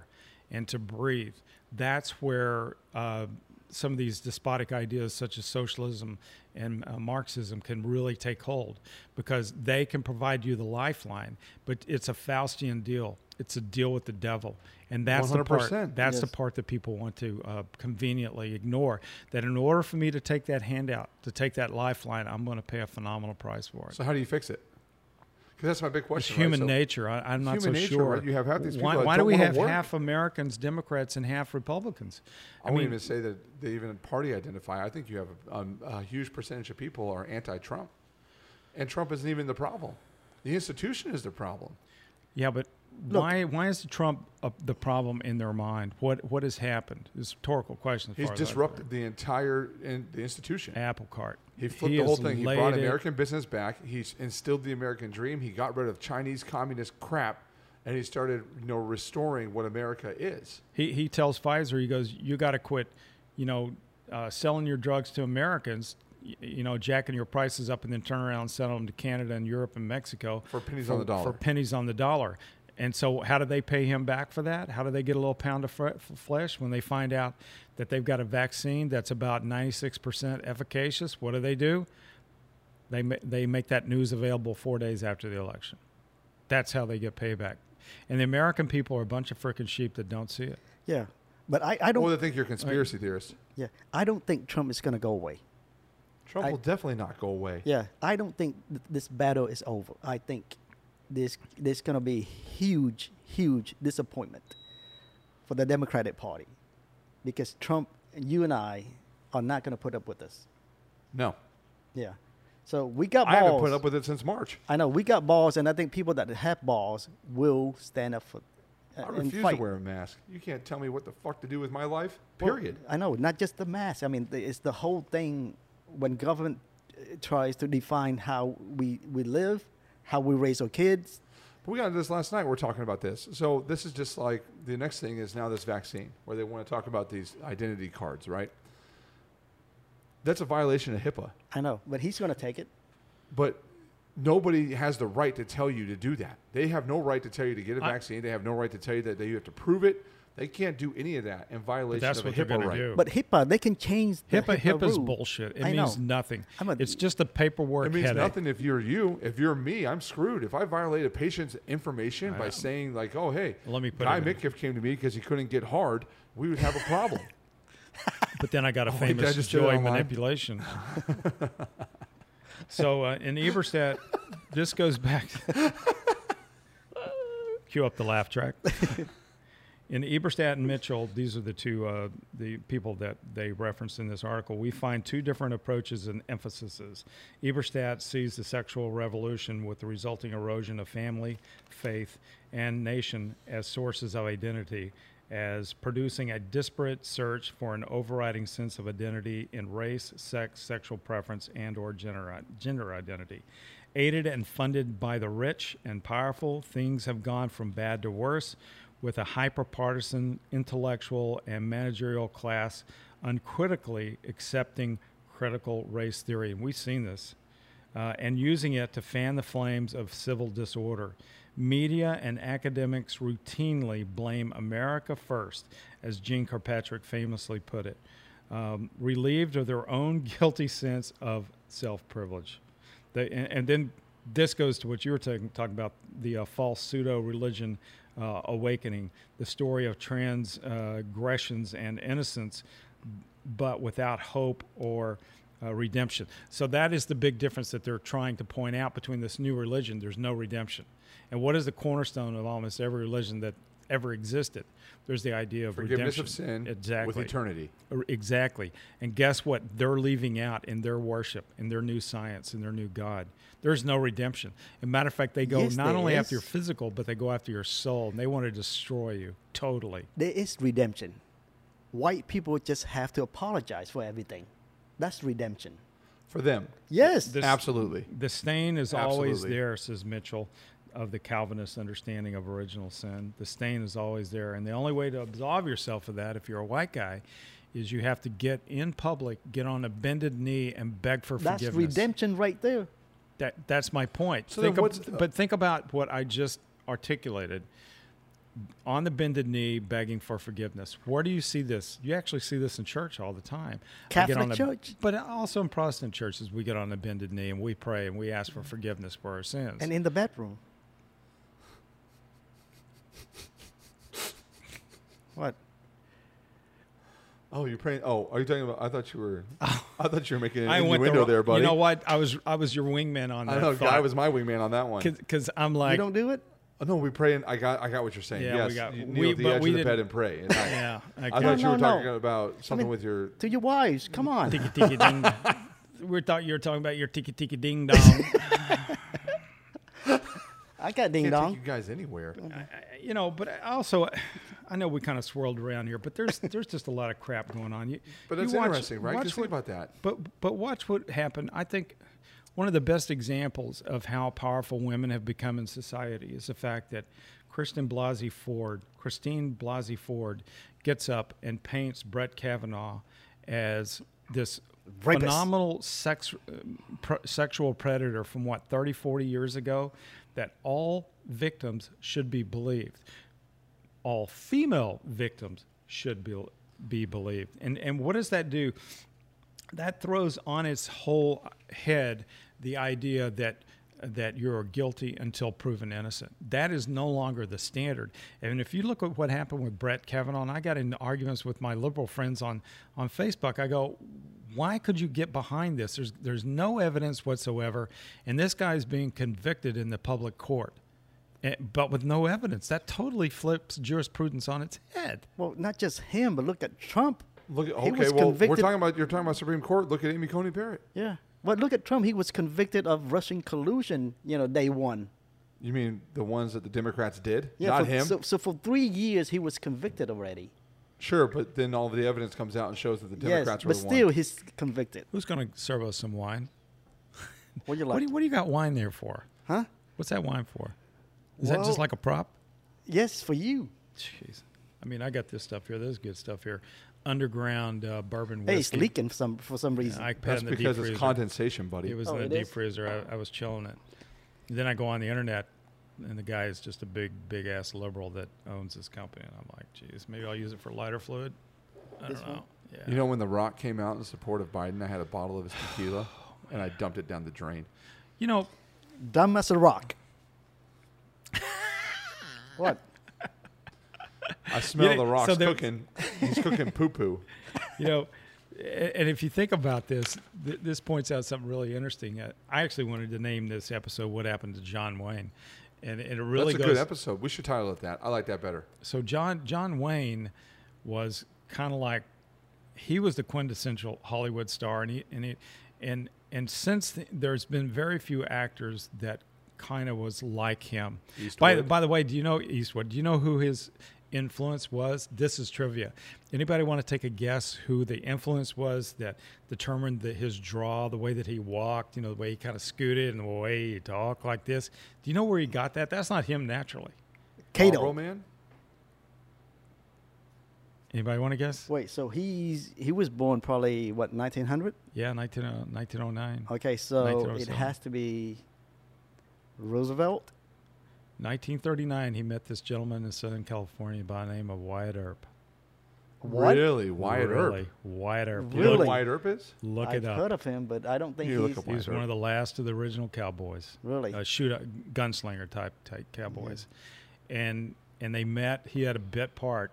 and to breathe, that's where uh, some of these despotic ideas, such as socialism and uh, Marxism, can really take hold because they can provide you the lifeline. But it's a Faustian deal; it's a deal with the devil, and that's the part.
100%.
That's the
Yes.
part that people want to uh, conveniently ignore. That in order for me to take that handout, to take that lifeline, I'm going to pay a phenomenal price for it.
So how do you fix it? Because that's my big
It's
question. right?
human
So-
nature. I, I'm not
Human
so
nature,
sure.
right? You have half these people
why
that
why
don't
do we
wanna
have
work.
half Americans, Democrats, and half Republicans?
I, wouldn't even say that they even party identify. I think you have a, um, a huge percentage of people are anti-Trump, and Trump isn't even the problem. The institution is the problem.
yeah, but why why is Trump uh, the problem in their mind? What what has happened? It's a rhetorical question. As
He's
far as I'm
disrupted the entire in, the institution.
concerned. Apple Cart.
He flipped the whole
has
thing. He
laid
brought
it-
American business back. He s- instilled the American dream. He got rid of Chinese communist crap, and he started, you know, restoring what America is.
He he tells Pfizer, he goes, you got to quit, you know, uh, selling your drugs to Americans. y- You know, jacking your prices up and then turn around and sell them to Canada and Europe and Mexico
For pennies on the dollar.
For pennies on the dollar. And so, how do they pay him back for that? How do they get a little pound of fre- f- flesh when they find out that they've got a vaccine that's about 96% efficacious? What do they do? They, ma- they make that news available four days after the election. That's how they get payback. And the American people are a bunch of freaking sheep that don't see it.
Yeah, but I, I don't.
Or they think you're a conspiracy theorist.
yeah, I don't think Trump is going to go away.
Trump
I-
will definitely not go away.
Yeah, I don't think th- this battle is over. I think this there's going to be huge, huge disappointment for the Democratic Party because Trump, you and I, are not going to put up with this.
No,
Yeah, so we got
I
balls.
haven't put up with it since March.
I know we got balls, and I think people that have balls will stand up for. uh,
I
and
refuse to
fight.
wear a mask. You can't tell me what the fuck to do with my life.
Well,
Period.
I know, not just the mask. I mean, the- it's the whole thing when government uh, tries to define how we, we live, how we raise our kids.
But we got into this last night. We're talking about this. So this is just like the next thing is now this vaccine, where they want to talk about these identity cards, right? That's a violation of HIPAA.
I know, but he's going to take it.
But nobody has the right to tell you to do that. They have no right to tell you to get a
I-
vaccine. They have no right to tell you that that you have to prove it. They can't do any of that in violation
that's
of a
what they're
HIPAA
going
right.
to do.
But HIPAA, they can change the
HIPAA,
HIPAA,
HIPAA's
rule.
bullshit. It
I
means
know.
nothing.
I'm a-
it's just a paperwork
It means
headache.
nothing if you're you. If you're me, I'm screwed. If I violate a patient's information by saying like, "Oh, hey,
Let me put
Guy
it in.
Midkiff came to me because he couldn't get hard," we would have a problem.
But then I got a
wait, did I
famous
just do it
joy
online?
manipulation. so uh, in Eberstadt, this goes back. cue up the laugh track. In Eberstadt and Mitchell, these are the two uh, the people that they referenced in this article. We find two different approaches and emphases. Eberstadt sees the sexual revolution with the resulting erosion of family, faith, and nation as sources of identity, as producing a disparate search for an overriding sense of identity in race, sex, sexual preference, and/or gender, gender identity. Aided and funded by the rich and powerful, things have gone from bad to worse with a hyperpartisan intellectual and managerial class uncritically accepting critical race theory. And we've seen this. uh, and using it to fan the flames of civil disorder. Media and academics routinely blame America first, as Gene Kirkpatrick famously put it, um, relieved of their own guilty sense of self privilege. They, and, and then this goes to what you were talking, talking about the uh, false pseudo religion uh, awakening, the story of transgressions and innocence, but without hope or uh, redemption. So that is the big difference that they're trying to point out between this new religion. There's no redemption. And what is the cornerstone of almost every religion that ever existed? There's the idea of
Forgiveness
redemption.
of sin
exactly.
with eternity.
Er, Exactly. And guess what? They're leaving out in their worship, in their new science, in their new God. There's no redemption. As a matter of fact, they go
Yes,
not
there
only
is.
after your physical, but they go after your soul, and they want to destroy you totally.
There is redemption. White people just have to apologize for everything. That's redemption.
For them,
Yes.
This-
absolutely.
The stain is always
Absolutely.
there, says Mitchell, of the Calvinist understanding of original sin. The stain is always there. And the only way to absolve yourself of that, if you're a white guy, is you have to get in public, get on a bended knee, and beg for
that's
forgiveness.
redemption right there.
That that's my point.
So
think
then
ab-
what's the-
but think about what I just articulated. On the bended knee, begging for forgiveness. Where do you see this? You actually see this in church all the time. I get
Catholic
on the-
church.
but also in Protestant churches, we get on the bended knee and we pray and we ask for forgiveness for our sins.
And in the bedroom. what?
Oh, you're praying. Oh, are you talking about? I thought you were. I thought you were making an
Oh. I went the
innuendo
wrong-
there, buddy.
You know what? I was I was your wingman on that.
I know. Guy was my wingman on that one.
because I'm like
you don't do it?
Oh, no, we pray and I got. I got what you're saying.
Yeah, we
yes,
got-
you
we-
kneel at the
but
edge
we
of the bed
didn't-
and pray. And I,
yeah. I
I
got
thought
it.
you were
No, no,
talking
no.
about something
mean-
with your.
To your wives. Come on.
tiki tiki ding. We thought you were talking about your tiki tiki ding dong.
I
Can't
got ding
take
dong.
you guys anywhere.
you know, but I also, I know we kind of swirled around here, but there's there's just a lot of crap going on. You,
But
you
it's
watch-
interesting, right?
watch
Just
what-
think about that.
But but watch what happened. I think one of the best examples of how powerful women have become in society is the fact that Kristen Blasey Ford, Christine Blasey Ford, gets up and paints Brett Kavanaugh as this
Rapist.
phenomenal sex pr- sexual predator from what 30 40 years ago that all victims should be believed all female victims should be, be believed. And, and what does that do? That throws on its whole head the idea that that you're guilty until proven innocent. That is no longer the standard. And if you look at what happened with Brett Kavanaugh, and I got into arguments with my liberal friends on on Facebook. I go, why could you get behind this? There's there's no evidence whatsoever, and this guy's being convicted in the public court and, Eh, but with no evidence. That totally flips jurisprudence on its head.
Well, not just him, but look at Trump.
Look, at,
He
okay,
was
well, we're
convicted-
talking about you're talking about Supreme Court. Look at Amy Coney Barrett.
Yeah. But look at Trump. He was convicted of Russian collusion, you know, day one.
You mean the ones that the Democrats did,
Yeah,
not
for-
him?
So, so for three years, he was convicted already.
sure, but then all the evidence comes out and shows that the Democrats
yes,
were
but
the
still,
one.
he's convicted.
Who's going to serve us some wine?
What you
What
like?
do you, what do you got wine there for?
huh?
What's that wine for? Is that just
Well-
like a prop?
Yes, for you.
Jeez. I mean, I got this stuff here. There's good stuff here. Underground uh, bourbon
Hey, it's
whiskey.
leaking for some for some reason.
I put it
That's
in the
because
deep
it's
freezer.
condensation, buddy.
It was
Oh,
in the
it
deep
is?
freezer. I, I was chilling it. Then I go on the internet and the guy is just a big, big ass liberal that owns this company. And I'm like, geez, maybe I'll use it for lighter fluid. I
This
don't know.
one?
Yeah.
You know, when The Rock came out in support of Biden, I had a bottle of his tequila and I dumped it down the drain.
you know,
Dumb as a rock. what?
I smell
know,
The Rock's
so there-
cooking. He's cooking poo poo.
you know, a- and if you think about this, th- this points out something really interesting. I, I actually wanted to name this episode "What Happened to John Wayne," and, and it really
That's a
goes.
good episode. We should title it that. I like that better.
so John John Wayne was kind of like he was the quintessential Hollywood star, and he and he, and and since th- there's been very few actors that kind of was like him. By the,
Eastwood.
by the way, do you know Eastwood? Do you know who his influence was? This is trivia. Anybody want to take a guess who the influence was that determined that his draw, the way that he walked, you know, the way he kind of scooted and the way he talked like this? Do you know where he got that? That's not him naturally.
Marlboro
Cato.
Man?
Anybody want to guess?
Wait, so he's he was born probably what 1900?
Yeah, 19, uh, 1909.
Okay, so
oh
it
1907.
has to be Roosevelt.
1939, he met this gentleman in Southern California by the name of Wyatt Earp.
What?
Really? Wyatt Earp.
Really? Wyatt Earp. You
You know what
Really?
Wyatt Earp is?
Look, look
I've
it up.
heard of him, but I don't think
You look
he's
up
He was
Wyatt
one
Earp.
of the last of the original cowboys.
Really?
Uh, shoot, gunslinger type type cowboys, and and they met. He had a bit part,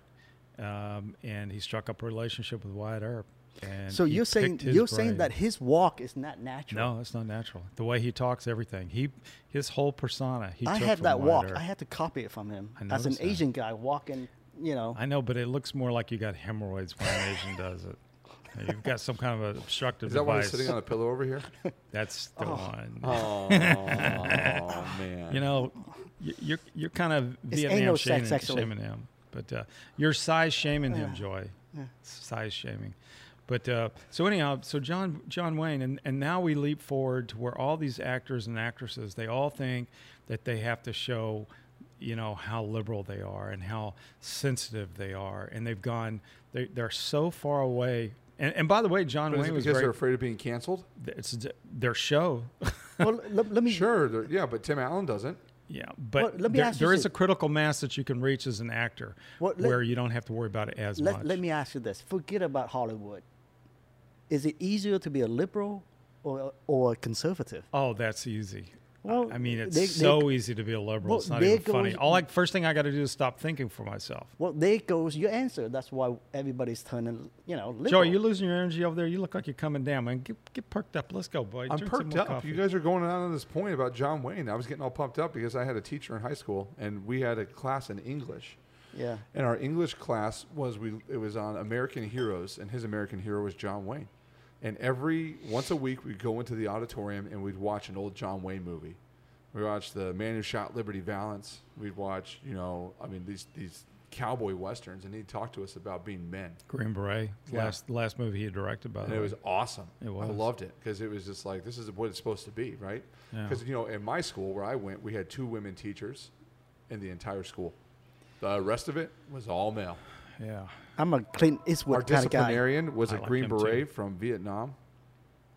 um, and he struck up a relationship with Wyatt Earp. And
so
he
you're saying
picked his
you're saying
brain.
that his walk is not natural.
No, it's not natural. The way he talks, everything. He his whole persona. He
I
took
had
from
that
Wyatt
walk.
Earp.
I had to copy it from him
I
as an
noticed that.
Asian guy walking. You know,
I know, but it looks more like you got hemorrhoids when an Asian does it. You've got some kind of obstructive
Is that why he's
device.
sitting on a pillow over here?
That's the one.
Oh, man.
You know, y- you're you're kind of
It's
Vietnam
anal sex,
shaming,
actually.
shaming him, but uh, you're size shaming him, Joy. Size shaming. But uh, so anyhow, so John John Wayne, and, and now we leap forward to where all these actors and actresses they all think that they have to show, you know, how liberal they are and how sensitive they are, and they've gone they they're so far away. And, and by the way, John
But is
Wayne
it
was
because they're
very.
afraid of being canceled?
It's their show.
well, let, let me
Sure. they're- Yeah, but Tim Allen doesn't.
Yeah, but
Well, let me
there-
ask you
there is a
something.
critical mass that you can reach as an actor
Well, let-
where you don't have to worry about it as much.
let, let me ask you this: Forget about Hollywood. Is it easier to be a liberal or or a conservative?
oh, that's easy.
Well,
I mean, it's
they- they-
so easy to be a liberal.
Well,
it's not
there
even funny.
goes-
All like first thing I got to do is stop thinking for myself.
Well, there goes your answer. That's why everybody's turning, you know, liberal.
Joe, are you losing your energy over there? You look like you're coming down, man. Get, get perked up. Let's go, boy. Drink
I'm
some
perked
more
up.
coffee.
You guys are going on to this point about John Wayne. I was getting all pumped up because I had a teacher in high school and we had a class in English.
yeah.
And our English class was we it was on American heroes and his American hero was John Wayne. And every once a week we'd go into the auditorium and we'd watch an old John Wayne movie. We watched The Man Who Shot Liberty Valance. We'd watch, you know, I mean these these cowboy westerns and he'd talk to us about being men.
Green Beret,
Yeah.
last last movie he directed, by the
And
way.
it was awesome.
Oh. It was.
I loved it because it was just like this is what it's supposed to be, right?
Yeah.
Because you know, in my school where I went, we had two women teachers in the entire school. The rest of it was all male.
yeah.
I'm a Clint
Our
Eastwood kind of guy.
disciplinarian was
I
a
liked
Green
him, too.
Beret from Vietnam.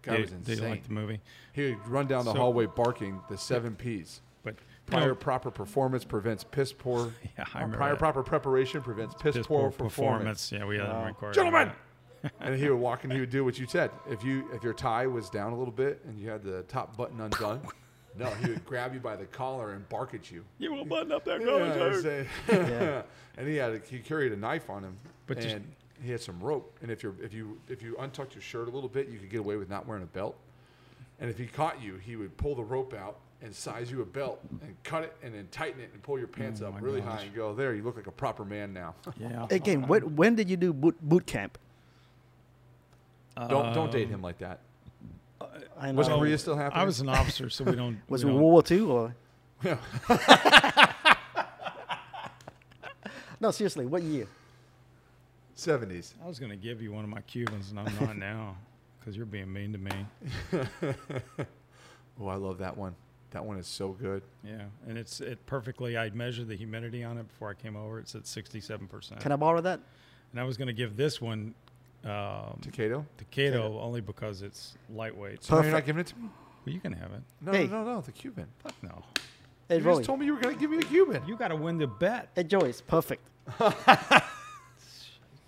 Guy
Did-
was
did you
insane.
like the movie?
he would run down the
So-
hallway barking the seven P's.
But
Prior
no,
proper performance prevents piss poor.
Yeah, I
or
remember
prior
that.
proper preparation prevents piss,
this
poor
poor
performance.
performance. Yeah, we had him recorded.
Gentlemen, and he would walk and he would do what you said. If you if your tie was down a little bit and you had the top button undone, no, he would grab you by the collar and bark at you.
You will button up that
Yeah,
collar,
I'd
Joe.
say. and he had a, he carried a knife on him,
But just-
and he had some rope. And if you if you if you untucked your shirt a little bit, you could get away with not wearing a belt. And if he caught you, he would pull the rope out and size you a belt and cut it and then tighten it and pull your pants
Oh
up really high and go there. You look like a proper man now.
Yeah.
Again, when, when did you do boot, boot camp?
don't don't date him like that.
I
Was
know.
Korea still happening?
Um, I was an officer, so we don't.
Was
we
it
don't-
World War Two or? no, seriously, what year?
seventies.
I was going to give you one of my Cubans, and I'm not now because you're being mean to me.
Oh, I love that one. That one is so good.
Yeah, and it's it perfectly. I measured the humidity on it before I came over. It's at 67 percent,
Can I borrow that?
and I was going to give this one um,
Takedo.
to Cato only because it's lightweight.
So now you're not
Perfect.
giving it to me?
Well, you can have it.
No,
Hey.
no, no, no. The Cuban.
No,
Hey,
You
Roy.
just told me you were going to give me the Cuban.
You got to win the bet.
Hey, Joey, it's perfect.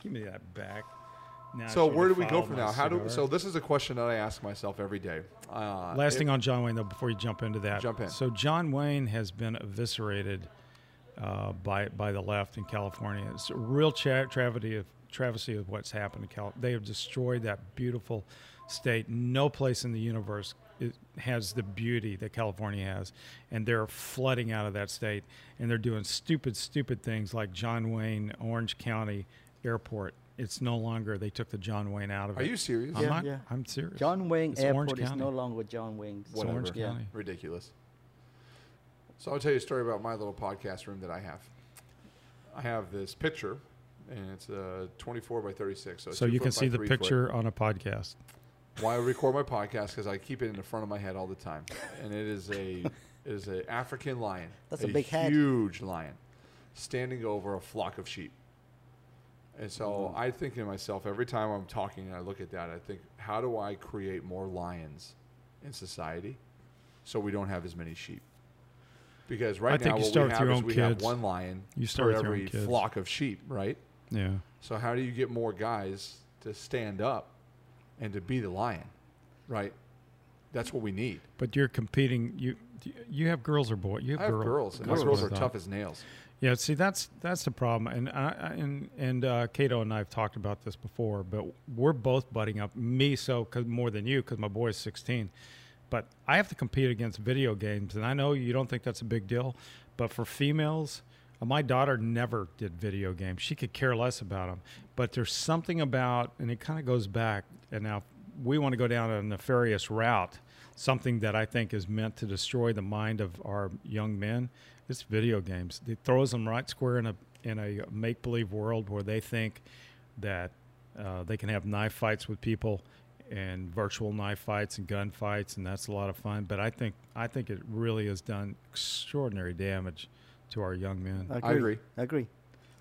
Give me that back. Now I
So
just need
where
to
do we go
file
from
my
now? How do
cigar.
so? This is a question that I ask myself every day. Uh,
Last
if-
thing on John Wayne, though, before you jump into that.
Jump in.
So John Wayne has been eviscerated uh, by by the left in California. It's a real tra- travesty of travesty of what's happened to Cal. They have destroyed that beautiful state. No place in the universe it has the beauty that California has, and they're flooding out of that state, and they're doing stupid, stupid things like John Wayne Orange County Airport. It's no longer. They took the John Wayne out of
Are
it.
you serious?
I'm
Yeah,
not.
yeah.
I'm serious.
John Wayne
It's Orange
Airport is
County.
no longer John Wayne's.
It's Orange
Whatever.
Yeah.
County.
Ridiculous. So I'll tell you a story about my little podcast room that I have. I have this picture, and it's a 24 by 36. So, it's
So
two
you
foot
can
by
see the
three foot.
picture on a podcast.
Why I record my podcast because I keep it in the front of my head all the time, and it is a it is a African lion.
That's a big head.
huge lion, standing over a flock of sheep. And so
Mm-hmm.
I think to myself every time I'm talking and I look at that, I think, how do I create more lions in society so we don't have as many sheep? Because right
I think
now
you
what
start
we
with
have
your
is
own
we have
kids.
one lion
You start with
per
your own
every
kids.
flock of sheep, right?
Yeah.
So how do you get more guys to stand up and to be the lion, right? That's what we need.
But you're competing. You you have girls or boys. You have
I have
girl-
girls, and my
Girls
girls are
don't.
tough as nails.
Yeah. See, that's that's the problem. And I I- and and uh, Cato and I have talked about this before, but we're both butting up. Me so 'cause more than you because my boy is 16. But I have to compete against video games, and I know you don't think that's a big deal, but for females. uh, My daughter never did video games. She could care less about them. But there's something about, and it kind of goes back. And now we want to go down a nefarious route, something that I think is meant to destroy the mind of our young men. It's video games. It throws them right square in a in a make believe world where they think that uh, they can have knife fights with people and virtual knife fights and gun fights, and that's a lot of fun. But I think I think it really has done extraordinary damage to our young men
I agree.
I agree.
I agree.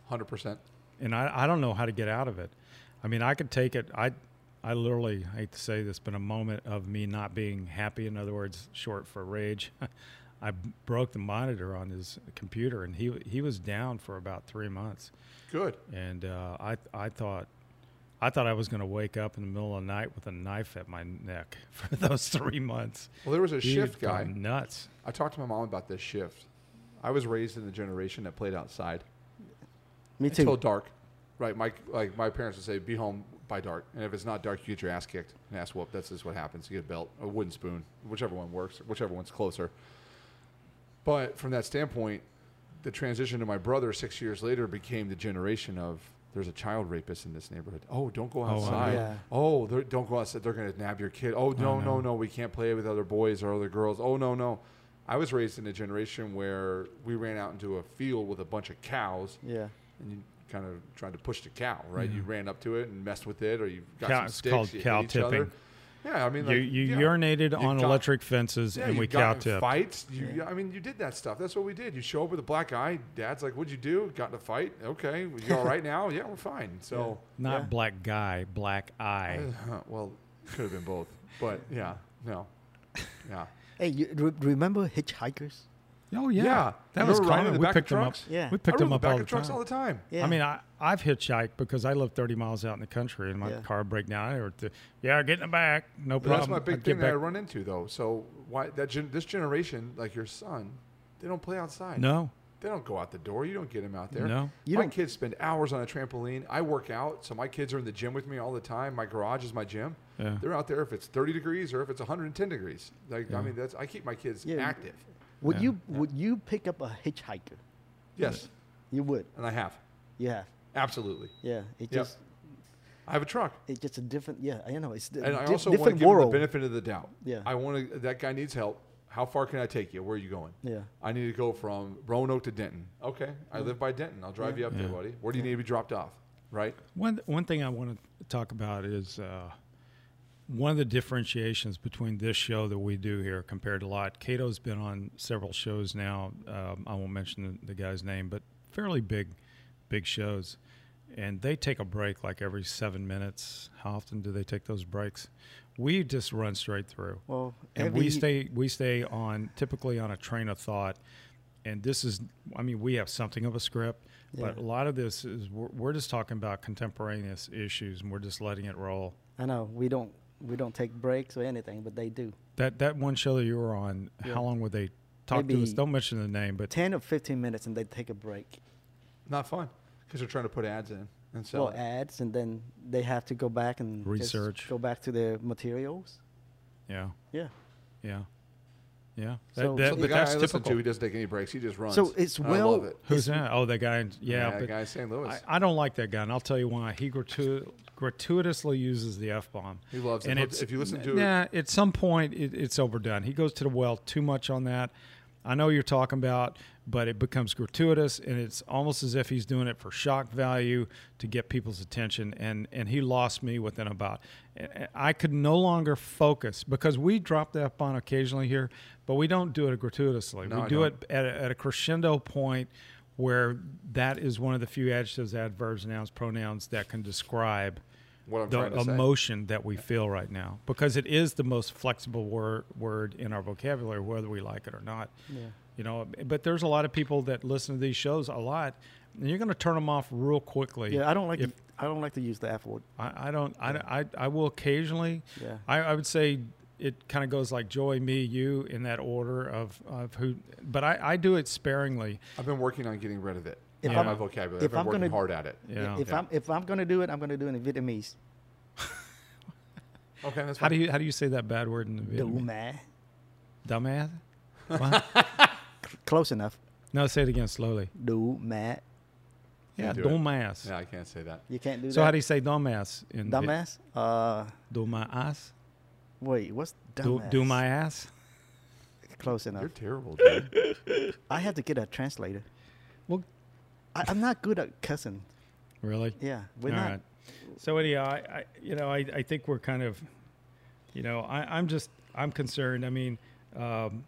Hundred percent.
and I, I don't know how to get out of it. I mean, I could take it. I I literally I hate to say this, but a moment of me not being happy, in other words, short for rage. I b- broke the monitor on his computer, and he he was down for about three months.
Good.
And uh, I I thought I thought I was going to wake up in the middle of the night with a knife at my neck for those three months.
Well, there was a
He had
shift guy.
gone nuts.
I talked to my mom about this shift. I was raised in the generation that played outside
Me too.
until dark. Right. My like my parents would say, "Be home by dark," and if it's not dark, you get your ass kicked and ass whooped. That's just what happens. You get a belt, a wooden spoon, whichever one works, whichever one's closer. But from that standpoint, the transition to my brother six years later became the generation of there's a child rapist in this neighborhood. Oh, don't go
wow.
outside.
Yeah.
Oh, they're- don't go outside. They're going to nab your kid. Oh, no, no,
no.
no. We can't play with other boys or other girls. Oh, no, no. I was raised in a generation where we ran out into a field with a bunch of cows
yeah.
and you kind of tried to push the cow, right? You ran up to it and messed with it or you
Mm-hmm.
got
Cow-
some
it's
sticks.
called
you hit
cow
each other.
tipping.
Yeah, I mean,
you
like,
you
yeah.
urinated
You
on
got-
electric fences,
Yeah,
and
you
we cow
got in
tipped.
fights. You,
Yeah.
I mean, you did that stuff. That's what we did. You show up with a black eye. Dad's like, "What'd you do? Got in a fight? Okay, well, you all right now? Yeah, we're fine." So,
Not
Yeah.
black guy, black eye.
well, could have been both, but yeah, no, yeah,
Hey, you re- remember hitchhikers?
Oh yeah,
Yeah.
that
You
was
were riding in
common.
the
We
back of
picked them up.
trucks?
Yeah.
we picked
I rode
them
the
up
back
all the
of trucks
time.
all the time.
Yeah.
I mean, I, I've hitchhiked because I live 30 miles out in the country, and my
Yeah.
car break down. I would th- yeah, get in the back, no
But
problem.
that's my big
I'd
thing
get
that I
back.
run into though. So why that gen- this generation, like your son, they don't play outside.
No,
They don't go out the door. You don't get them out there.
No.
You
my
don't-
kids spend hours on a trampoline. I work out, so my kids are in the gym with me all the time. My garage is my gym.
Yeah.
They're out there if it's 30 degrees or if it's 110 degrees. Like I mean, that's I keep my kids
Yeah.
active.
would
Yeah.
you would you pick up a hitchhiker?
Yes,
You would.
and I have
You have.
absolutely.
Yeah.
Yep.
It just
I have a truck,
it's just a different. Yeah. I know. It's di-
and I
Uh, di-
also want to
different
give them
world.
the benefit of the doubt.
Yeah.
I want to. That guy needs help. How far can I take you? Where are you going?
Yeah.
I need to go from Roanoke to Denton. Okay, I live by Denton. I'll drive you up there,
Yeah.
buddy. Where do you need to be dropped off? Right.
One one thing I want to talk about is uh, one of the differentiations between this show that we do here compared to a lot. Cato's been on several shows now. Um, I won't mention the, the guy's name, but fairly big, big shows. and they take a break like every seven minutes. How often do they take those breaks? We just run straight through,
Well,
and
every-
we stay we stay on typically on a train of thought. And this is, I mean, we have something of a script, but
Yeah.
a lot of this is we're, we're just talking about contemporaneous issues, and we're just letting it roll.
I know we don't we don't take breaks or anything, but they do.
That that one show that you were on,
Yeah.
how long would they talk to us?
Maybe-
Don't mention the name, but
Ten or fifteen minutes, and they take a break.
Not fun because they're trying to put ads in and sell
well,
it.
ads, and then they have to go back and just
Research.
Go back to their materials.
yeah,
Yeah.
yeah, yeah. That,
So-
that,
so
The
but
guy
that's
I listen
typical.
to, he doesn't take any breaks. He just runs.
So it's
And I
well-
love it.
Who's that? Oh, that guy. In, yeah,
that
but
guy in St. Louis.
I, I don't like that guy, and I'll tell you why. He gratu- gratuitously uses the f bomb.
He loves it.
and
Look, if you listen to it-
nah, at some point it, it's overdone. He goes to the well too much on that. I know you're talking about, but it becomes gratuitous, and it's almost as if he's doing it for shock value to get people's attention. And and he lost me within about. I could no longer focus because we drop the f bomb occasionally here, but we don't do it gratuitously.
No,
we
I
do
don't.
it at a, at a crescendo point where that is one of the few adjectives, adverbs, nouns, pronouns that can describe
What I'm
the
trying to say.
emotion that we feel right now because it is the most flexible word word in our vocabulary whether we like it or not.
Yeah.
You know, but there's a lot of people that listen to these shows a lot and you're going to turn them off real quickly.
Yeah. I don't like
if-
to, I don't like to use the F word.
I, I don't. I, I, I will occasionally.
Yeah.
I, I would say it kind of goes like Joy, me, you in that order of, of who. But I, I do it sparingly.
I've been working on getting rid of it.
If
out of
I'm-
my vocabulary. I've
if
been
I'm
working
gonna-
hard at it.
Yeah.
If I'm if I'm gonna do it, I'm gonna do it in Vietnamese.
Okay, that's
how
fine.
do you how do you say that bad word in the
Do
video?
meh.
Dumbass.
Close enough.
No, say it again slowly.
Do meh.
Yeah,
do it.
dumbass.
Yeah, I can't say that.
You can't do
So
that.
how do you say dumbass in Vi-
dumbass? Uh,
Dumbass.
wait. What's
Do,
dumbass?
do my ass.
Close enough.
You're terrible, dude.
I had to get a translator.
Well,
I, I'm not good at cussing.
really.
Yeah, we're
All
not.
right. So anyhow, I, I you know I, I think we're kind of, you know I, I'm just I'm concerned. I mean, um,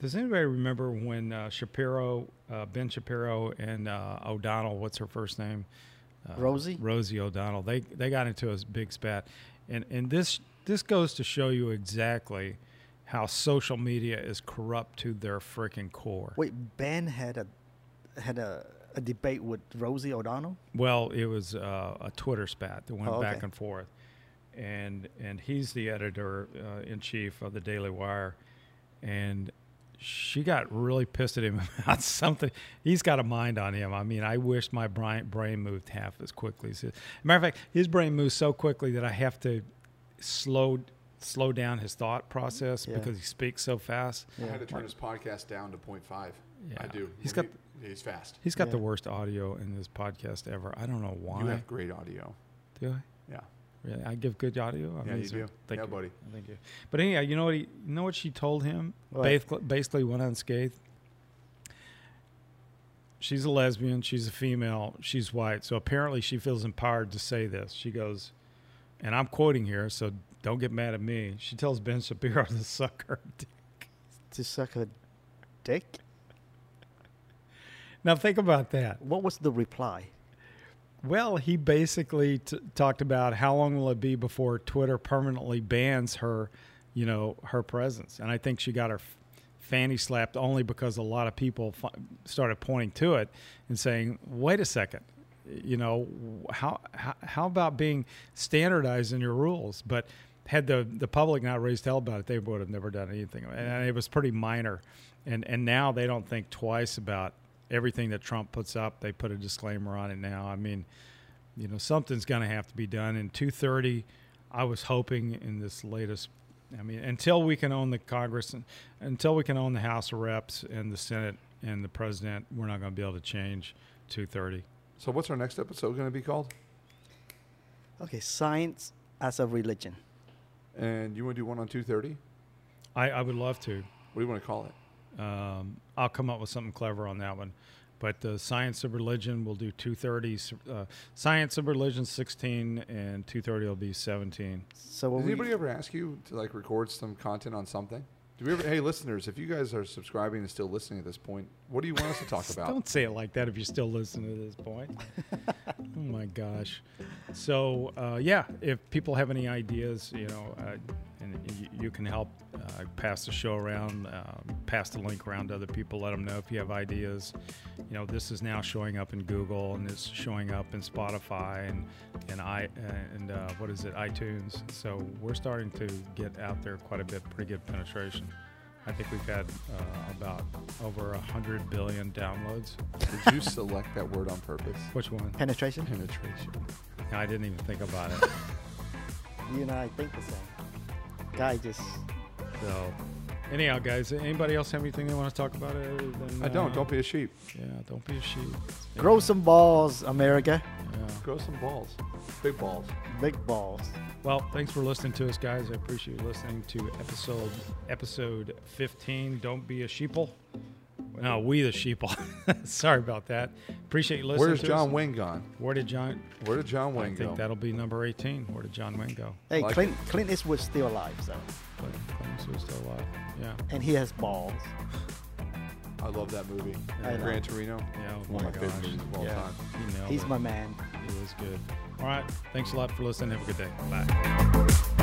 does anybody remember when uh, Shapiro, uh, Ben Shapiro, and uh, O'Donnell, what's her first name, uh,
Rosie?
Rosie O'Donnell, they they got into a big spat, and and this this goes to show you exactly how social media is corrupt to their freaking core.
Wait, Ben had a had a, a debate with Rosie O'Donnell.
Well, it was uh, a Twitter spat that went
Oh,
back
okay.
and forth, and and he's the editor uh, in chief of the Daily Wire, and she got really pissed at him about something. He's got a mind on him. I mean, I wish my brain brain moved half as quickly as his. Matter of fact, his brain moves so quickly that I have to slow slow down his thought process
Yeah.
because he speaks so fast.
I had to turn his podcast down to 0.5. I
Yeah.
do.
He's
When
got-
he- he's fast.
He's got the
Yeah.
worst audio in this podcast ever. I don't know why.
You have great audio.
Do I?
Yeah.
Really, I give good audio.
Yeah, you
Amazing.
do.
Thank
Yeah,
you.
buddy.
Thank you. But anyhow, you know what? He, you know what she told him?
What?
Basically, basically went unscathed. She's a lesbian. She's a female. She's white. So apparently, she feels empowered to say this. She goes, and I'm quoting here, so don't get mad at me. She tells Ben Shapiro to suck her dick.
To suck a dick.
Now think about that.
What was the reply?
Well, he basically t- talked about how long will it be before Twitter permanently bans her, you know, her presence. And I think she got her f- fanny slapped only because a lot of people f- started pointing to it and saying, "Wait a second, you know, how how, how about being standardized in your rules?" But had the, the public not raised hell about it, they would have never done anything. And it was pretty minor. And and now they don't think twice about everything that Trump puts up. They put a disclaimer on it now. I mean, you know, something's going to have to be done. And 230, I was hoping in this latest. I mean, until we can own the Congress, and until we can own the House of Reps and the Senate and the President, we're not going to be able to change 230.
So, what's our next episode going to be called?
Okay, science as a religion.
And you want to do one on 2:30?
I, I would love to.
What do you want to call it?
Um, I'll come up with something clever on that one. But the science of religion will do 230. Uh, science of religion 16 and 230 will be 17.
So what
Does
we,
anybody ever ask you to like record some content on something? Do we ever? Hey, listeners, if you guys are subscribing and still listening at this point, what do you want us to talk about?
Don't say it like that if you're still listening to this point. oh my gosh. So uh, yeah, if people have any ideas, you know, uh, and you, you can help uh, pass the show around, uh, pass the link around to other people. Let them know if you have ideas. You know, this is now showing up in Google and it's showing up in Spotify and and I and uh, what is it iTunes. So we're starting to get out there quite a bit, pretty good penetration. I think we've had uh, about over 100 billion downloads.
Did you select that word on purpose?
Which one?
Penetration?
Penetration.
I didn't even think about it.
You and I think the same. Guy just.
So, anyhow, guys, anybody else have anything they want to talk about? Other than,
I don't.
uh,
Don't be a sheep.
Yeah, don't be a sheep.
Grow some balls, America.
Yeah.
Grow some balls. Big balls.
Big balls.
Well, thanks for listening to us, guys. I appreciate you listening to episode episode 15. Don't be a sheeple. No, we the sheeple. Sorry about that. Appreciate you listening.
Where's
to
John
us.
Wayne gone?
Where did John?
Where did John Wayne
I
go?
think that'll be number 18. Where did John Wayne go?
Hey,
Like
Clint, Clint Eastwood's still alive, so.
But claims he was still alive. Yeah.
And he has balls.
Oh, I love that movie.
I know.
Gran Torino.
Yeah. Oh
One
my
of my favorite
gosh.
movies of all
Yeah.
time.
He nailed
He's
it.
my man.
It was good. All right. Thanks a lot for listening. Have a good day. Bye.